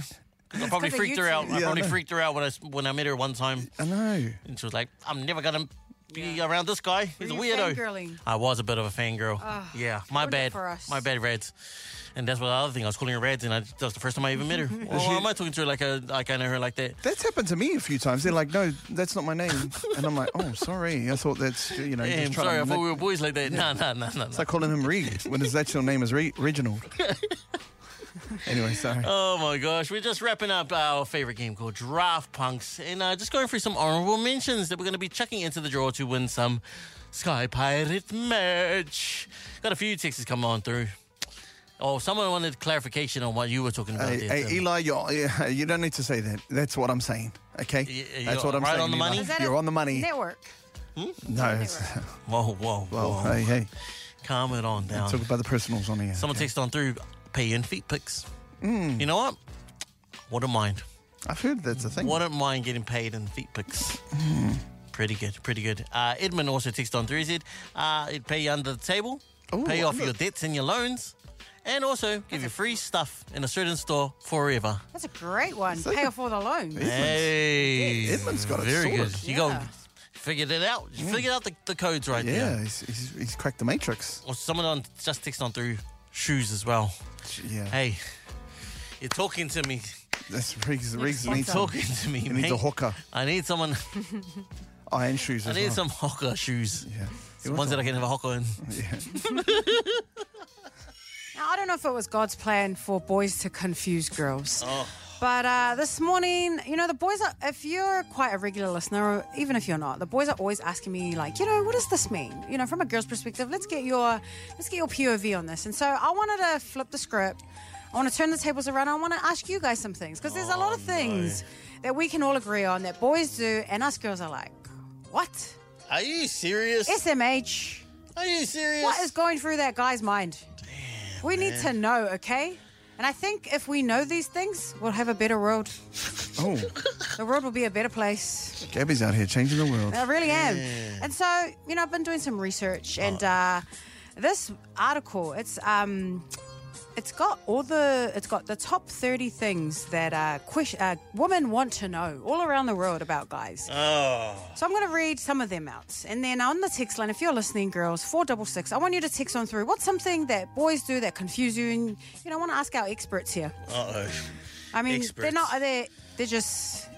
[SPEAKER 4] I probably
[SPEAKER 2] of
[SPEAKER 4] freaked her out.
[SPEAKER 2] YouTube.
[SPEAKER 4] I
[SPEAKER 3] Yeah, I
[SPEAKER 4] probably
[SPEAKER 3] know.
[SPEAKER 4] freaked her out when I, s- when I met her one time.
[SPEAKER 3] I know.
[SPEAKER 4] And she was like, I'm never going to be around this guy. He's
[SPEAKER 2] Were
[SPEAKER 4] a
[SPEAKER 2] you
[SPEAKER 4] weirdo.
[SPEAKER 2] fangirling?
[SPEAKER 4] I was a bit of a fangirl. yeah, my
[SPEAKER 2] ruined it
[SPEAKER 4] bad.
[SPEAKER 2] for us.
[SPEAKER 4] My bad, Reds. And that's what the other thing. I was calling her Reds, and I, that was the first time I even
[SPEAKER 2] <laughs>
[SPEAKER 4] met her. Why
[SPEAKER 3] she-
[SPEAKER 4] am I talking to her like a, like I know her like that?
[SPEAKER 3] That's happened to me a few times. They're like, no, that's not my name. And I'm like, oh, sorry. I thought that's, you know,
[SPEAKER 4] Yeah,
[SPEAKER 3] just
[SPEAKER 4] I'm
[SPEAKER 3] trying
[SPEAKER 4] sorry. I
[SPEAKER 3] to.
[SPEAKER 4] thought we were boys like that. No, no, no, no.
[SPEAKER 3] It's like calling him Reed when his actual name is Re-
[SPEAKER 4] <laughs>
[SPEAKER 3] Reginald. anyway, sorry.
[SPEAKER 4] Oh my gosh, we're just wrapping up our favorite game called Draft Punks and uh, just going through some honorable mentions that we're going to be chucking into the draw to win some Sky Pirate merch. Got a few texts coming on through. Oh, someone wanted clarification on what you were talking about.
[SPEAKER 3] Hey,
[SPEAKER 4] there,
[SPEAKER 3] hey,
[SPEAKER 4] Tim.
[SPEAKER 3] Eli, you're, yeah, you don't need to say that. That's what I'm saying. Okay,
[SPEAKER 4] Y- y-
[SPEAKER 3] that's
[SPEAKER 4] you're
[SPEAKER 3] what I'm
[SPEAKER 4] right
[SPEAKER 3] saying.
[SPEAKER 4] on the
[SPEAKER 3] Eli.
[SPEAKER 4] money? Is
[SPEAKER 2] that
[SPEAKER 3] You're
[SPEAKER 2] a
[SPEAKER 3] on the money.
[SPEAKER 2] Network.
[SPEAKER 3] no, it's,
[SPEAKER 4] Whoa, whoa,
[SPEAKER 3] well,
[SPEAKER 4] whoa.
[SPEAKER 3] hey, hey,
[SPEAKER 4] Calm it on down.
[SPEAKER 3] talk about the personals on here.
[SPEAKER 4] Someone texted on through pay in feet pics.
[SPEAKER 3] Hmm.
[SPEAKER 4] You know what? Wouldn't mind.
[SPEAKER 3] I've heard that's a thing.
[SPEAKER 4] Wouldn't mind getting paid in feet pics.
[SPEAKER 3] Mm-hmm.
[SPEAKER 4] Pretty good, pretty good. Uh, Edmund also texted on through. He said, uh, it'd pay you under the table,
[SPEAKER 3] Ooh,
[SPEAKER 4] pay off
[SPEAKER 3] under-
[SPEAKER 4] your debts and your loans, and also give you free stuff in a certain store forever.
[SPEAKER 2] That's a great one.
[SPEAKER 3] So-
[SPEAKER 2] Pay off all the loans.
[SPEAKER 4] Hey.
[SPEAKER 3] Edmund's got it
[SPEAKER 4] Very
[SPEAKER 3] sorted. Mm.
[SPEAKER 4] good. You
[SPEAKER 2] Yeah.
[SPEAKER 4] go. Figured it out. You figured out the, the codes right
[SPEAKER 3] yeah,
[SPEAKER 4] there.
[SPEAKER 3] He's, he's, he's cracked the matrix.
[SPEAKER 4] Or someone on just texted on through shoes as well.
[SPEAKER 3] Yeah,
[SPEAKER 4] Hey, you're talking to me.
[SPEAKER 3] that's Riggs. Riggs
[SPEAKER 2] Next
[SPEAKER 3] needs
[SPEAKER 2] sponsor.
[SPEAKER 3] talking.
[SPEAKER 4] Talking to me,
[SPEAKER 3] He needs a
[SPEAKER 4] mate.
[SPEAKER 3] hooker.
[SPEAKER 4] I need someone.
[SPEAKER 3] Iron shoes.
[SPEAKER 4] I
[SPEAKER 3] as
[SPEAKER 4] need
[SPEAKER 3] well.
[SPEAKER 4] some hawker shoes.
[SPEAKER 3] Yeah, He
[SPEAKER 4] The ones
[SPEAKER 3] wants a-
[SPEAKER 4] that I can have a hawker in.
[SPEAKER 3] <laughs> Yeah.
[SPEAKER 2] Now, I don't know if it was God's plan for boys to confuse girls. But uh, this morning, you know, the boys are, if you're quite a regular listener, or even if you're not, the boys are always asking me, like, you know, what does this mean? You know, from a girl's perspective, let's get your, let's get your POV on this. And so I wanted to flip the script. I want to turn the tables around. I want to ask you guys some things because there's a lot of things that we can all agree on that boys do and us girls are like, what?
[SPEAKER 4] Are you serious?
[SPEAKER 2] SMH.
[SPEAKER 4] Are you serious?
[SPEAKER 2] What is going through that guy's mind? we need to know, okay? And I think if we know these things, we'll have a better world.
[SPEAKER 3] Oh,
[SPEAKER 2] The world will be a better place.
[SPEAKER 3] Gabby's out here changing the world.
[SPEAKER 2] I really am. And so, you know, I've been doing some research, and uh, this article, it's um, it's got all the it's got the top thirty things that uh, question, uh, women want to know all around the world about guys.
[SPEAKER 4] Oh,
[SPEAKER 2] So I'm going to read some of them out. And then on the text line, if you're listening, girls, 466, I want you to text on through. What's something that boys do that confuse you? And, you know, I want to ask our experts here.
[SPEAKER 4] Uh-oh.
[SPEAKER 2] I mean, they're
[SPEAKER 4] Experts.
[SPEAKER 2] not, they're, they're just,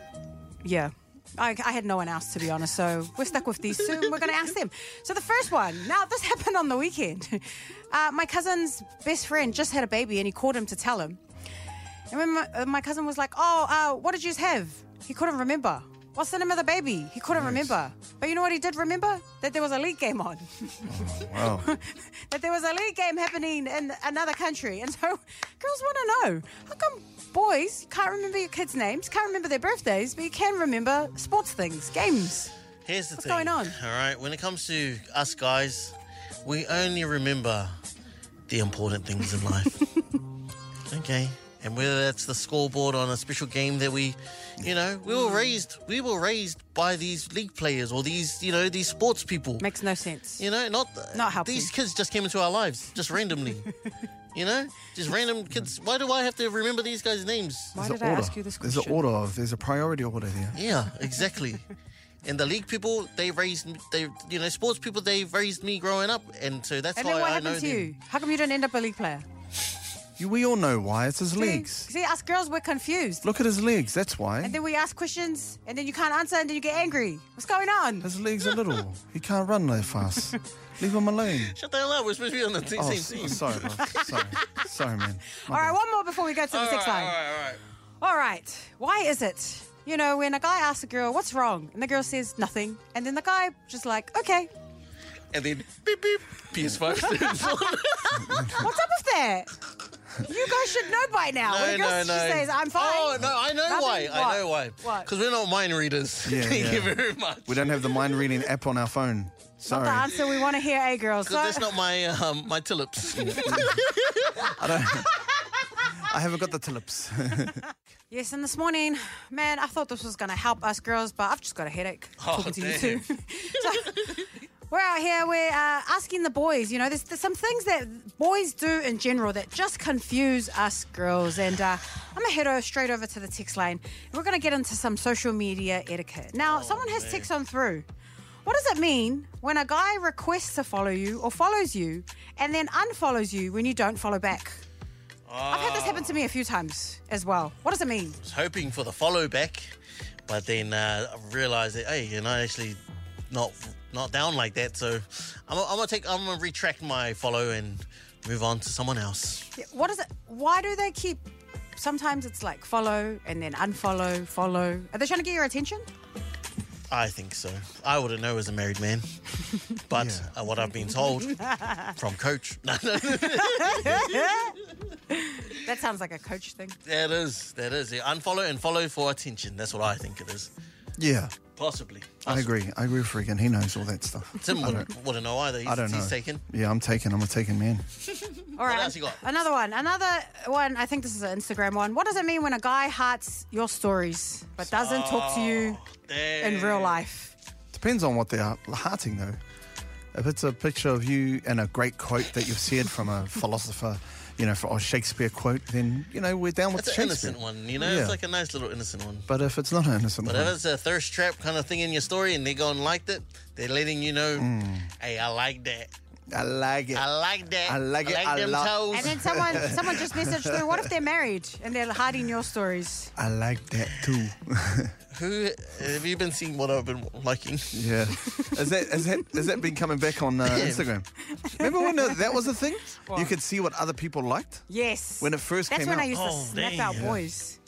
[SPEAKER 2] yeah. I, I had no one else, to be honest. So we're stuck with these two and we're going to ask them. So the first one, now this <laughs> happened on the weekend. <laughs> Uh, my cousin's best friend just had a baby and he called him to tell him. And when my, uh, my cousin was like, "Oh, uh, what did you have?" He couldn't remember. What's the name of the baby? He couldn't remember. But you know what he did remember? That there was a league game on.
[SPEAKER 3] Wow.
[SPEAKER 2] that there was a league game happening in another country. And so, girls want to know how come boys can't remember your kids' names, can't remember their birthdays, but you can remember sports things, games.
[SPEAKER 4] Here's the
[SPEAKER 2] What's
[SPEAKER 4] thing.
[SPEAKER 2] going on?
[SPEAKER 4] All right, when it comes to us guys,
[SPEAKER 2] <laughs>
[SPEAKER 4] we only remember the important things in life. okay. and whether that's the scoreboard on a special game that we, you know, we were raised, we were raised by these league players or these, you know, these sports people.
[SPEAKER 2] Makes no sense.
[SPEAKER 4] You know, not
[SPEAKER 2] Not helpful.
[SPEAKER 4] These kids just came into our lives just
[SPEAKER 2] <laughs>
[SPEAKER 4] randomly. you know, just random kids. Why do I have to remember these guys' names?
[SPEAKER 2] Why
[SPEAKER 3] There's
[SPEAKER 2] did
[SPEAKER 3] an
[SPEAKER 2] I
[SPEAKER 3] order.
[SPEAKER 2] ask you this
[SPEAKER 3] There's
[SPEAKER 2] question?
[SPEAKER 3] an order of, there's a priority order here.
[SPEAKER 4] Yeah, exactly. and the league people, they raised me- they, you know, sports people, they raised me growing up, and so that's
[SPEAKER 2] And
[SPEAKER 4] why
[SPEAKER 2] then what
[SPEAKER 4] I know
[SPEAKER 2] happened to
[SPEAKER 4] them.
[SPEAKER 2] you? How come you don't end up a league player?
[SPEAKER 3] You, we all know why. It's his legs.
[SPEAKER 2] See, us girls, we're confused.
[SPEAKER 3] Look at his legs. That's why.
[SPEAKER 2] And then we ask questions, and then you can't answer, and then you get angry. What's going on?
[SPEAKER 3] His legs are little. He can't run that fast. Leave
[SPEAKER 4] <laughs>
[SPEAKER 3] him alone.
[SPEAKER 4] Shut the hell up. We're supposed to be on the t-
[SPEAKER 3] Oh,
[SPEAKER 4] same
[SPEAKER 3] so-
[SPEAKER 4] team.
[SPEAKER 3] sorry, love. sorry, sorry, man.
[SPEAKER 2] All right, one more before we go to the sixth line. All right. Why is it, you know, when a guy asks a girl, what's wrong? And the girl says, nothing. And then the guy just like, okay,
[SPEAKER 4] And then beep beep.
[SPEAKER 2] <laughs>
[SPEAKER 4] PS5 <laughs> turns on.
[SPEAKER 2] what's up with that? You guys should know by now. when a girl she says, I'm fine.
[SPEAKER 4] Oh no, I know
[SPEAKER 2] Nothing.
[SPEAKER 4] why. I
[SPEAKER 2] What?
[SPEAKER 4] know why.
[SPEAKER 2] What?
[SPEAKER 4] Because we're not mind readers. <laughs>
[SPEAKER 3] Yeah,
[SPEAKER 4] Thank
[SPEAKER 3] yeah.
[SPEAKER 4] you very much.
[SPEAKER 3] We don't have the mind reading app on our phone. Sorry.
[SPEAKER 2] The answer we want to hear, eh, girls? So,
[SPEAKER 4] Because that's not my um, my tillips.
[SPEAKER 3] I haven't got
[SPEAKER 4] <laughs>
[SPEAKER 3] the tulips.
[SPEAKER 2] yes, and this morning, man, I thought this was going to help us girls, but I've just got a headache
[SPEAKER 4] Oh,
[SPEAKER 2] talking to you
[SPEAKER 4] damn.
[SPEAKER 2] two. <laughs> We're out here, we're uh, asking the boys, you know, there's, there's some things that boys do in general that just confuse us girls. And uh, I'm going to head over, straight over to the text line. And we're going to get into some social media etiquette. Now,
[SPEAKER 4] Oh,
[SPEAKER 2] someone has text on through. What does it mean when a guy requests to follow you or follows you and then unfollows you when you don't follow back? I've had
[SPEAKER 4] Ah.
[SPEAKER 2] this happen to me a few times as well. What does it mean?
[SPEAKER 4] was hoping for the follow back, but then uh, I realised that hey, you're not actually not not down like that. So I'm, I'm gonna take I'm gonna retract my follow and move on to someone else.
[SPEAKER 2] What is it? Why do they keep? Sometimes it's like follow and then unfollow, follow. Are they trying to get your attention?
[SPEAKER 4] I think so. I wouldn't know as a married
[SPEAKER 3] <laughs>
[SPEAKER 4] man, but uh, what I've been told from coach. <laughs> No, no,
[SPEAKER 2] That sounds like a coach thing.
[SPEAKER 4] that is that is it. Unfollow and follow for attention. That's what I think it is.
[SPEAKER 3] <laughs> yeah,
[SPEAKER 4] Possibly.
[SPEAKER 3] I agree. I agree with Freakin. He knows all that stuff.
[SPEAKER 4] Tim wouldn't, wouldn't know either. He's,
[SPEAKER 3] I don't know.
[SPEAKER 4] he's taken.
[SPEAKER 3] Yeah, I'm taken. I'm a taken man.
[SPEAKER 2] All right.
[SPEAKER 4] else you got?
[SPEAKER 2] Another one. Another one. I think this is an Instagram one. What does it mean when a guy hearts your stories but doesn't talk to you in
[SPEAKER 3] Oh,
[SPEAKER 2] real life?
[SPEAKER 3] Depends on what they are hearting, though. If it's a picture of you and a great quote that you've said from a philosopher, you know, for a Shakespeare quote, then, you know, we're down with
[SPEAKER 4] It's an
[SPEAKER 3] Shakespeare.
[SPEAKER 4] innocent one, you know.
[SPEAKER 3] Yeah.
[SPEAKER 4] It's like a nice little innocent one.
[SPEAKER 3] But if it's not an innocent
[SPEAKER 4] But
[SPEAKER 3] one,
[SPEAKER 4] if it's a thirst trap kind of thing in your story and they go and liked it, they're letting you know, hey, I like that.
[SPEAKER 3] I like it.
[SPEAKER 4] I like that.
[SPEAKER 3] Mm. I like it a
[SPEAKER 4] them
[SPEAKER 3] lot."
[SPEAKER 4] toes.
[SPEAKER 2] And then someone someone just messaged through. What if they're married and they're hiding your stories?
[SPEAKER 3] I like that too.
[SPEAKER 4] Who have you been seeing what I've been liking?
[SPEAKER 3] <laughs> yeah. Is that is that is that been coming back on uh, Instagram? Remember when uh, that was a thing? You could see what other people liked.
[SPEAKER 2] Yes.
[SPEAKER 3] When it first
[SPEAKER 2] That's
[SPEAKER 3] came
[SPEAKER 2] when I
[SPEAKER 3] out.
[SPEAKER 2] used
[SPEAKER 4] Oh,
[SPEAKER 2] to snap
[SPEAKER 4] dang.
[SPEAKER 2] out boys.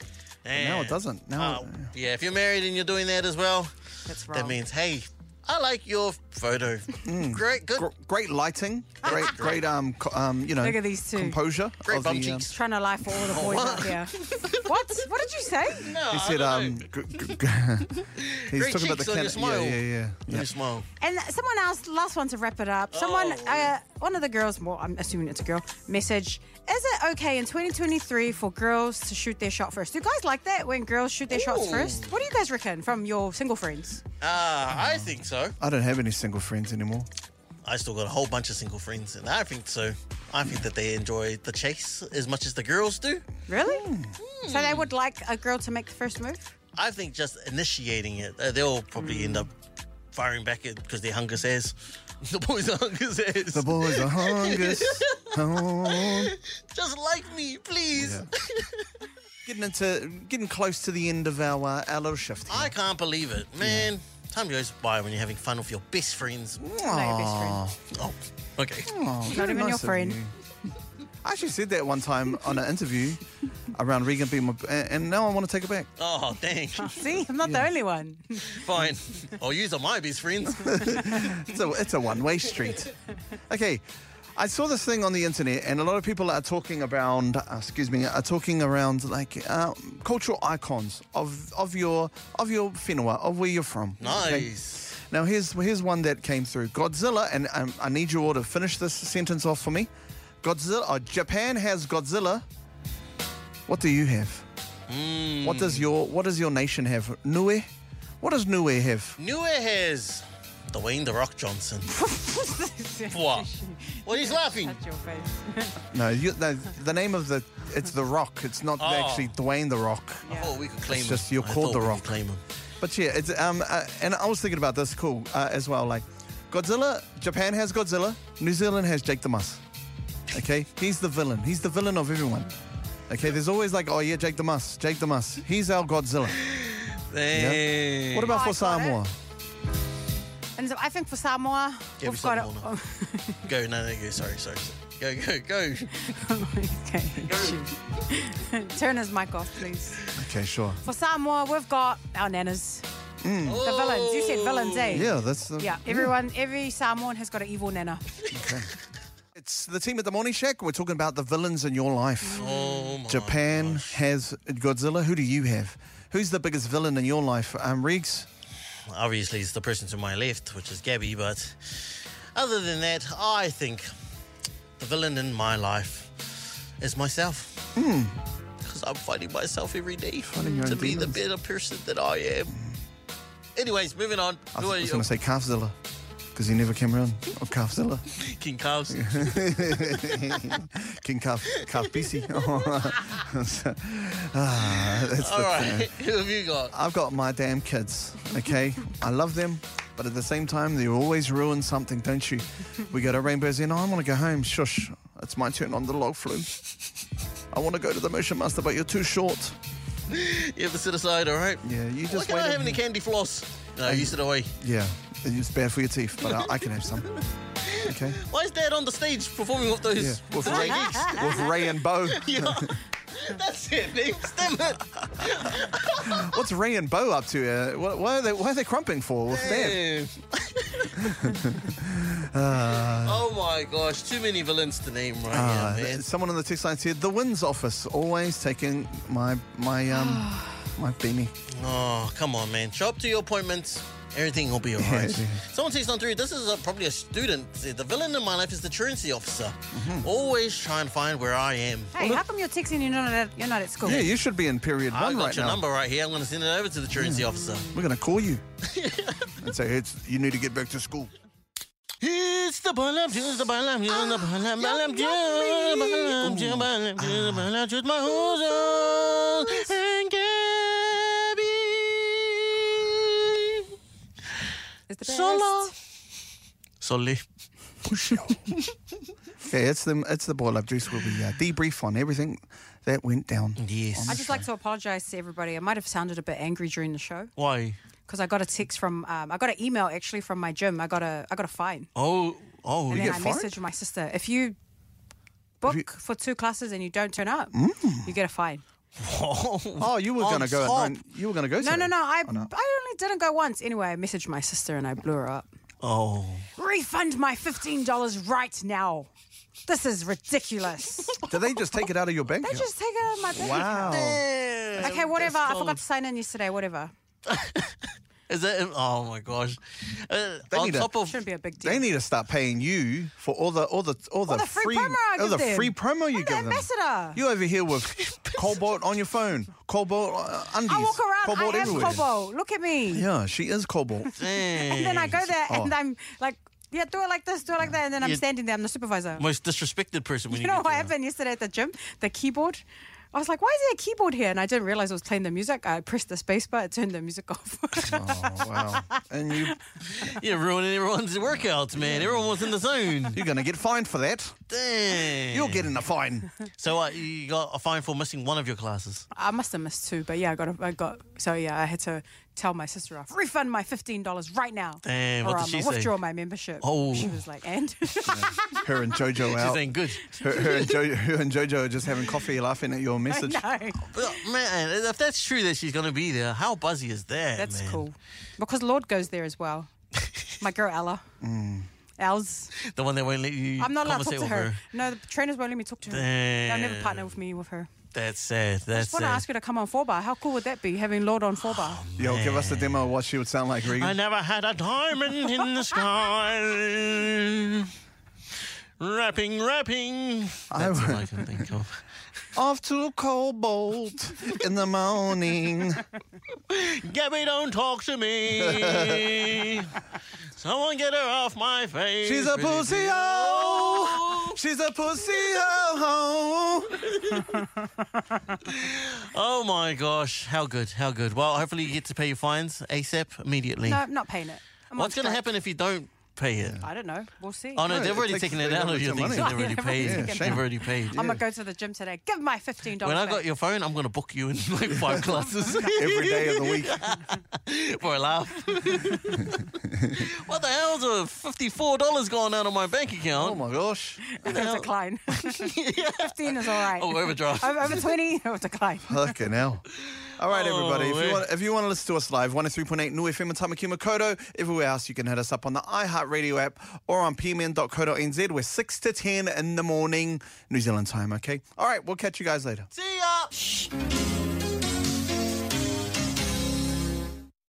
[SPEAKER 3] Now
[SPEAKER 4] Yeah.
[SPEAKER 3] it doesn't. Now,
[SPEAKER 4] Oh, yeah, if you're married and you're doing that as well,
[SPEAKER 2] That's wrong.
[SPEAKER 4] that means, hey, I like your photo. Great, good.
[SPEAKER 3] Mm.
[SPEAKER 4] Oh,
[SPEAKER 3] gr- great lighting,
[SPEAKER 4] <laughs>
[SPEAKER 3] great great um co- um you know
[SPEAKER 2] Look at these two.
[SPEAKER 3] composure.
[SPEAKER 4] Great
[SPEAKER 3] of
[SPEAKER 4] bum
[SPEAKER 3] the, um,
[SPEAKER 4] cheeks.
[SPEAKER 2] trying to lie for all the
[SPEAKER 3] <laughs>
[SPEAKER 2] boys out there. What? What did you say?
[SPEAKER 4] No,
[SPEAKER 3] he
[SPEAKER 4] Oh, I
[SPEAKER 3] said
[SPEAKER 4] don't
[SPEAKER 3] um.
[SPEAKER 4] know.
[SPEAKER 3] Gr-
[SPEAKER 4] <laughs>
[SPEAKER 3] gr- gr- <laughs> he's
[SPEAKER 4] Great
[SPEAKER 3] talking about the
[SPEAKER 4] cheeks on your smile.
[SPEAKER 3] can- yeah, yeah yeah
[SPEAKER 4] Let
[SPEAKER 3] yeah.
[SPEAKER 4] me smile.
[SPEAKER 2] And someone else, last one to wrap it up. Someone,
[SPEAKER 4] Oh.
[SPEAKER 2] uh, one of the girls, well, I'm assuming it's a girl, message. Is it okay in 2023 for girls to shoot their shot first? Do you guys like that when girls shoot their shots
[SPEAKER 4] Ooh.
[SPEAKER 2] first? What do you guys reckon from your single friends?
[SPEAKER 4] Ah, I think so.
[SPEAKER 3] I don't have any single friends anymore.
[SPEAKER 4] I still got a whole bunch of single friends, and I think so. I think that they enjoy the chase as much as the girls do.
[SPEAKER 2] Really?
[SPEAKER 4] Hmm.
[SPEAKER 2] So they would like a girl to make the first move?
[SPEAKER 4] I think just initiating it, uh, they'll probably end up firing back at because they're hunger says. <laughs> The boys are hunger says.
[SPEAKER 3] The boys
[SPEAKER 4] <laughs>
[SPEAKER 3] are hungry.
[SPEAKER 4] just like me, please.
[SPEAKER 3] getting into getting close to the end of our uh, our little shift. Here.
[SPEAKER 4] I can't believe it, man. Time goes by when you're having fun with your best friends.
[SPEAKER 2] Not your best friend.
[SPEAKER 4] Oh, okay.
[SPEAKER 2] Not even your
[SPEAKER 3] of
[SPEAKER 2] friend.
[SPEAKER 3] you. I actually said that one time on an interview around Regan being my, and and now I want to take it back.
[SPEAKER 4] Oh,
[SPEAKER 3] <laughs>
[SPEAKER 4] dang.
[SPEAKER 2] See, I'm not the only one. <laughs>
[SPEAKER 4] Fine. Oh, yous are my best
[SPEAKER 3] <laughs>
[SPEAKER 4] friends.
[SPEAKER 3] It's a, it's a one-way street. Okay, I saw this thing on the internet, and a lot of people are talking around. Uh, excuse me, are talking around like uh, cultural icons of of your of your whenua, of where you're from. Okay?
[SPEAKER 4] Nice.
[SPEAKER 3] Now here's here's one that came through Godzilla, and um, I need you all to finish this sentence off for me. Godzilla. Uh, Japan has Godzilla What do you have? What does your What does your nation have? Nui. What does Nui have?
[SPEAKER 4] Newer hairs. Dwayne The Rock
[SPEAKER 3] <laughs>
[SPEAKER 4] Johnson. what? Well, he's laughing.
[SPEAKER 2] Touch your face.
[SPEAKER 3] No, you, no, the name of the it's the Rock. It's not
[SPEAKER 4] Oh.
[SPEAKER 3] actually Dwayne the Rock.
[SPEAKER 4] I thought Oh, we could claim
[SPEAKER 3] It's
[SPEAKER 4] him.
[SPEAKER 3] just you're
[SPEAKER 4] I
[SPEAKER 3] called
[SPEAKER 4] thought
[SPEAKER 3] The
[SPEAKER 4] we could
[SPEAKER 3] Rock.
[SPEAKER 4] Claim him.
[SPEAKER 3] But yeah, it's um, uh, and I was thinking about this cool uh, as well. Like Godzilla, Japan has Godzilla, New Zealand has Jake the Muss. Okay, he's the villain. He's the villain of everyone. Okay, there's always like, oh yeah, Jake the Muss, Jake the Muss. He's our Godzilla.
[SPEAKER 4] Hey.
[SPEAKER 3] What about
[SPEAKER 2] Oh, I
[SPEAKER 3] for
[SPEAKER 2] got it.
[SPEAKER 3] Samoa?
[SPEAKER 2] And so I think for Samoa,
[SPEAKER 4] Yeah,
[SPEAKER 2] we've
[SPEAKER 4] for
[SPEAKER 2] got
[SPEAKER 4] Samoa,
[SPEAKER 2] it.
[SPEAKER 4] Go, no, no, go. Sorry, sorry. sorry. Go, go, go.
[SPEAKER 2] <laughs> okay. shoot. <laughs> Turn his mic off, please.
[SPEAKER 3] Okay, sure.
[SPEAKER 2] For Samoa, we've got our nanas. The villains. You said villains, eh?
[SPEAKER 3] Mm. Yeah, that's the,
[SPEAKER 2] Yeah, everyone, every Samoan has got an evil nana.
[SPEAKER 3] It's the team at the Morning Shack. We're talking about the villains in your life.
[SPEAKER 4] Oh, my
[SPEAKER 3] Japan has Godzilla. Who do you have? Who's the biggest villain in your life? Um, Riggs.
[SPEAKER 4] obviously it's the person to my left, which is Gabby, but other than that, I think the villain in my life is myself. Because I'm fighting myself every day
[SPEAKER 3] Hmm. your
[SPEAKER 4] to
[SPEAKER 3] own
[SPEAKER 4] be the
[SPEAKER 3] demons.
[SPEAKER 4] better person that I am. Anyways, moving on.
[SPEAKER 3] I
[SPEAKER 4] Who
[SPEAKER 3] thought
[SPEAKER 4] are
[SPEAKER 3] I was
[SPEAKER 4] you?
[SPEAKER 3] going to say Calfzilla because he never came around. Oh, Calfzilla.
[SPEAKER 4] King
[SPEAKER 3] <laughs>
[SPEAKER 4] Calves.
[SPEAKER 3] King Calf, Calf
[SPEAKER 4] <laughs>
[SPEAKER 3] <laughs> BC. Oh, ah, that's
[SPEAKER 4] All
[SPEAKER 3] the
[SPEAKER 4] right, <laughs>
[SPEAKER 3] thing.
[SPEAKER 4] who have you got?
[SPEAKER 3] I've got my damn kids, okay? I love them, but at the same time, they always ruin something, don't you? We go to Rainbow's Inn, oh, I want to go home. Shush, it's my turn on the log flume. I want to go to the Motion Master, but you're too short.
[SPEAKER 4] You have to sit aside, all right?
[SPEAKER 3] Yeah, you
[SPEAKER 4] Why
[SPEAKER 3] just
[SPEAKER 4] can I
[SPEAKER 3] wait
[SPEAKER 4] not
[SPEAKER 3] in
[SPEAKER 4] have any
[SPEAKER 3] here.
[SPEAKER 4] candy floss? No, you sit away.
[SPEAKER 3] Yeah, it's bad for your teeth, but I, I can have some.
[SPEAKER 4] <laughs>
[SPEAKER 3] Okay?
[SPEAKER 4] Why is Dad on the stage performing with those?
[SPEAKER 3] Yeah, with
[SPEAKER 4] those
[SPEAKER 3] Ray,
[SPEAKER 4] geeks?
[SPEAKER 3] with Ray and Bo.
[SPEAKER 4] <laughs> Yeah. <laughs> That's it, Nick. Stem it.
[SPEAKER 3] What's Ray and Bo up to? Uh, wh- why, are they, why are they crumping for? What's that?
[SPEAKER 4] oh my gosh, too many villains to name right now,
[SPEAKER 3] Uh,
[SPEAKER 4] man.
[SPEAKER 3] someone on the text line said the Wins office always taking my my
[SPEAKER 2] <sighs>
[SPEAKER 3] um my beanie.
[SPEAKER 4] Oh, come on, man. Show up to your appointments. Everything will be all right.
[SPEAKER 3] <laughs> yeah.
[SPEAKER 4] Someone takes on through. This is a, probably a student. See, The villain in my life is the truancy officer.
[SPEAKER 3] Mm-hmm.
[SPEAKER 4] Always try and find where I am.
[SPEAKER 2] Hey, how come you're texting? You're not at, you're not at school.
[SPEAKER 3] Yeah, you should be in period
[SPEAKER 4] I've
[SPEAKER 3] one
[SPEAKER 4] got
[SPEAKER 3] right
[SPEAKER 4] your
[SPEAKER 3] now. Hmm.
[SPEAKER 4] number right here. I'm going to send it over to the truancy officer.
[SPEAKER 3] We're gonna call
[SPEAKER 2] <laughs>
[SPEAKER 3] you and say it's you need to get back to school.
[SPEAKER 4] It's the balam juice, the balam juice, the balam balam juice, the balam juice, balam
[SPEAKER 3] Ah.
[SPEAKER 4] juice, the balam juice, my husband and Gabby.
[SPEAKER 2] It's the
[SPEAKER 4] <laughs>
[SPEAKER 2] best.
[SPEAKER 4] Solo. Solly.
[SPEAKER 3] Yeah, it's the it's the boil up juice. We'll be uh, debrief on everything that went down.
[SPEAKER 4] Yes.
[SPEAKER 2] I'd just like to apologise to everybody. I might have sounded a bit angry during the show
[SPEAKER 4] Why?
[SPEAKER 2] because I got a text from, um, I got an email actually from my gym. I got a, I got a fine,
[SPEAKER 4] Oh, oh,
[SPEAKER 2] and
[SPEAKER 4] yeah. <laughs>
[SPEAKER 2] then
[SPEAKER 3] get
[SPEAKER 2] I
[SPEAKER 3] fined?
[SPEAKER 2] messaged my sister. If you book for two classes and you don't turn up,
[SPEAKER 3] Mm.
[SPEAKER 2] you get a fine.
[SPEAKER 3] Oh, you were
[SPEAKER 4] On
[SPEAKER 3] gonna go. At
[SPEAKER 4] top.
[SPEAKER 3] nine, you were gonna go.
[SPEAKER 2] No,
[SPEAKER 3] today.
[SPEAKER 2] no, no. I, I only didn't go once. Anyway, I messaged my sister and I blew her up.
[SPEAKER 4] Oh.
[SPEAKER 2] Refund my fifteen dollars right now. This is <laughs> ridiculous.
[SPEAKER 3] Did they just take it out of your bank?
[SPEAKER 2] they just take it out of my bank account.
[SPEAKER 3] wow.
[SPEAKER 2] Okay, whatever. I forgot to sign in yesterday. Whatever.
[SPEAKER 4] Is that? Oh my gosh. Uh,
[SPEAKER 3] They
[SPEAKER 4] on
[SPEAKER 3] need a-
[SPEAKER 4] top of
[SPEAKER 2] Shouldn't be a big deal.
[SPEAKER 3] They need to start paying you for all the all the all the,
[SPEAKER 2] the free promo I
[SPEAKER 3] all
[SPEAKER 2] give
[SPEAKER 3] the
[SPEAKER 2] them.
[SPEAKER 3] free promo you
[SPEAKER 2] I'm the
[SPEAKER 3] give
[SPEAKER 2] ambassador.
[SPEAKER 3] them. You over here with
[SPEAKER 2] <laughs>
[SPEAKER 3] cobalt on your phone, cobalt uh, undies,
[SPEAKER 2] I walk around.
[SPEAKER 3] cobalt
[SPEAKER 2] I am
[SPEAKER 3] everywhere.
[SPEAKER 2] Kobo. Look at me.
[SPEAKER 3] Yeah, she is
[SPEAKER 2] <laughs>
[SPEAKER 3] cobalt.
[SPEAKER 2] And then I go there and
[SPEAKER 3] Oh.
[SPEAKER 2] I'm like, yeah, do it like this, do it like that. And then I'm
[SPEAKER 4] You-
[SPEAKER 2] standing there. I'm the supervisor.
[SPEAKER 4] most disrespected person when
[SPEAKER 2] You
[SPEAKER 4] you,
[SPEAKER 2] know
[SPEAKER 4] get
[SPEAKER 2] what
[SPEAKER 4] there.
[SPEAKER 2] happened yesterday at the gym? The keyboard. I was like, why is there a keyboard here? And I didn't realize it was playing the music. I pressed the space bar, it turned the music <laughs> off.
[SPEAKER 3] Oh, wow. And you,
[SPEAKER 4] You're ruining everyone's workouts, man. Everyone was in the
[SPEAKER 3] <laughs>
[SPEAKER 4] zone.
[SPEAKER 3] you're going to get fined for that.
[SPEAKER 4] Damn.
[SPEAKER 3] You're getting a
[SPEAKER 2] <laughs>
[SPEAKER 3] fine.
[SPEAKER 4] So uh, you got a fine for missing one of your classes.
[SPEAKER 2] I must have missed two, but yeah, I got, a, I got. So yeah, I had to tell my sister off. Refund my fifteen dollars right now,
[SPEAKER 4] Damn,
[SPEAKER 2] or
[SPEAKER 4] what did
[SPEAKER 2] I'm
[SPEAKER 4] she
[SPEAKER 2] gonna
[SPEAKER 4] say?
[SPEAKER 2] withdraw my membership.
[SPEAKER 4] Oh.
[SPEAKER 2] she was like,
[SPEAKER 4] <laughs>
[SPEAKER 2] and
[SPEAKER 3] Her and JoJo
[SPEAKER 4] She's
[SPEAKER 3] out.
[SPEAKER 4] saying good.
[SPEAKER 3] Her, her, and jo- her and JoJo are just having coffee, laughing at your
[SPEAKER 2] <laughs> I
[SPEAKER 3] message.
[SPEAKER 2] know.
[SPEAKER 4] But man, if that's true that she's gonna be there, how buzzy is that?
[SPEAKER 2] That's
[SPEAKER 4] man?
[SPEAKER 2] cool. Because Lord goes there as
[SPEAKER 4] <laughs>
[SPEAKER 2] well. My girl Ella. Els.
[SPEAKER 4] The one that won't let you.
[SPEAKER 2] I'm not allowed to
[SPEAKER 4] Mm. conversate
[SPEAKER 2] talk to
[SPEAKER 4] with
[SPEAKER 2] her.
[SPEAKER 4] her.
[SPEAKER 2] No, the trainers won't let me talk to her. They'll never partner with me with her.
[SPEAKER 4] That's sad. That's
[SPEAKER 2] Just want
[SPEAKER 4] sad. Oh,
[SPEAKER 2] to ask her to come on four bar. How cool would that be? Having Lord on four bar.
[SPEAKER 3] Yo, give us a demo of what she would sound like,
[SPEAKER 4] I
[SPEAKER 3] Regan.
[SPEAKER 4] never had a diamond in the sky. Rapping, rapping. That's
[SPEAKER 3] I
[SPEAKER 4] all
[SPEAKER 3] would-
[SPEAKER 4] I can think of.
[SPEAKER 3] off to a cold bolt in the
[SPEAKER 2] <laughs>
[SPEAKER 3] morning.
[SPEAKER 4] Gabby, don't talk to
[SPEAKER 3] <laughs>
[SPEAKER 4] me. Someone get her off my face.
[SPEAKER 3] She's a pussy oh. She's a pussy
[SPEAKER 2] <laughs>
[SPEAKER 3] oh.
[SPEAKER 4] Oh my gosh, how good, how good. Well, hopefully you get to pay your fines ASAP immediately.
[SPEAKER 2] No, I'm not paying it. I'm on
[SPEAKER 4] What's going to
[SPEAKER 2] strike.
[SPEAKER 4] happen if you don't pay it?
[SPEAKER 2] I don't know. We'll see.
[SPEAKER 4] Oh no,
[SPEAKER 3] No,
[SPEAKER 4] they've
[SPEAKER 3] it
[SPEAKER 4] already
[SPEAKER 3] takes-
[SPEAKER 4] taken it
[SPEAKER 3] they
[SPEAKER 4] out
[SPEAKER 3] don't
[SPEAKER 4] of your
[SPEAKER 3] take
[SPEAKER 4] thing.
[SPEAKER 3] money.
[SPEAKER 4] They've already
[SPEAKER 2] Yeah,
[SPEAKER 4] paid.
[SPEAKER 2] <laughs> yeah,
[SPEAKER 4] They've
[SPEAKER 3] shame.
[SPEAKER 4] already paid.
[SPEAKER 2] I'm gonna go to the gym today. Give my fifteen dollars.
[SPEAKER 4] When I got your phone, I'm going to book you in <laughs> like
[SPEAKER 3] <laughs>
[SPEAKER 4] five classes
[SPEAKER 3] Every day of the week.
[SPEAKER 4] for a
[SPEAKER 3] <laughs>
[SPEAKER 4] laugh. what the hell's a fifty-four dollars going out of my bank
[SPEAKER 3] Oh
[SPEAKER 4] account?
[SPEAKER 3] my gosh.
[SPEAKER 2] It'll decline. <laughs> Fifteen is all right.
[SPEAKER 4] Oh, overdraft.
[SPEAKER 2] Over, <laughs> over twenty, <laughs> it'll decline.
[SPEAKER 3] Fucking hell. All right,
[SPEAKER 4] Oh,
[SPEAKER 3] everybody. If
[SPEAKER 4] eh.
[SPEAKER 3] you, want, if you want to listen to us live, 103.8 New FM and Tamaki Makoto. Everywhere else, you can hit us up on the iHeartRadio app or on pmn.co.nz. We're 6 to 10 in the morning, New Zealand time, okay? All right, we'll catch you guys later.
[SPEAKER 4] See ya.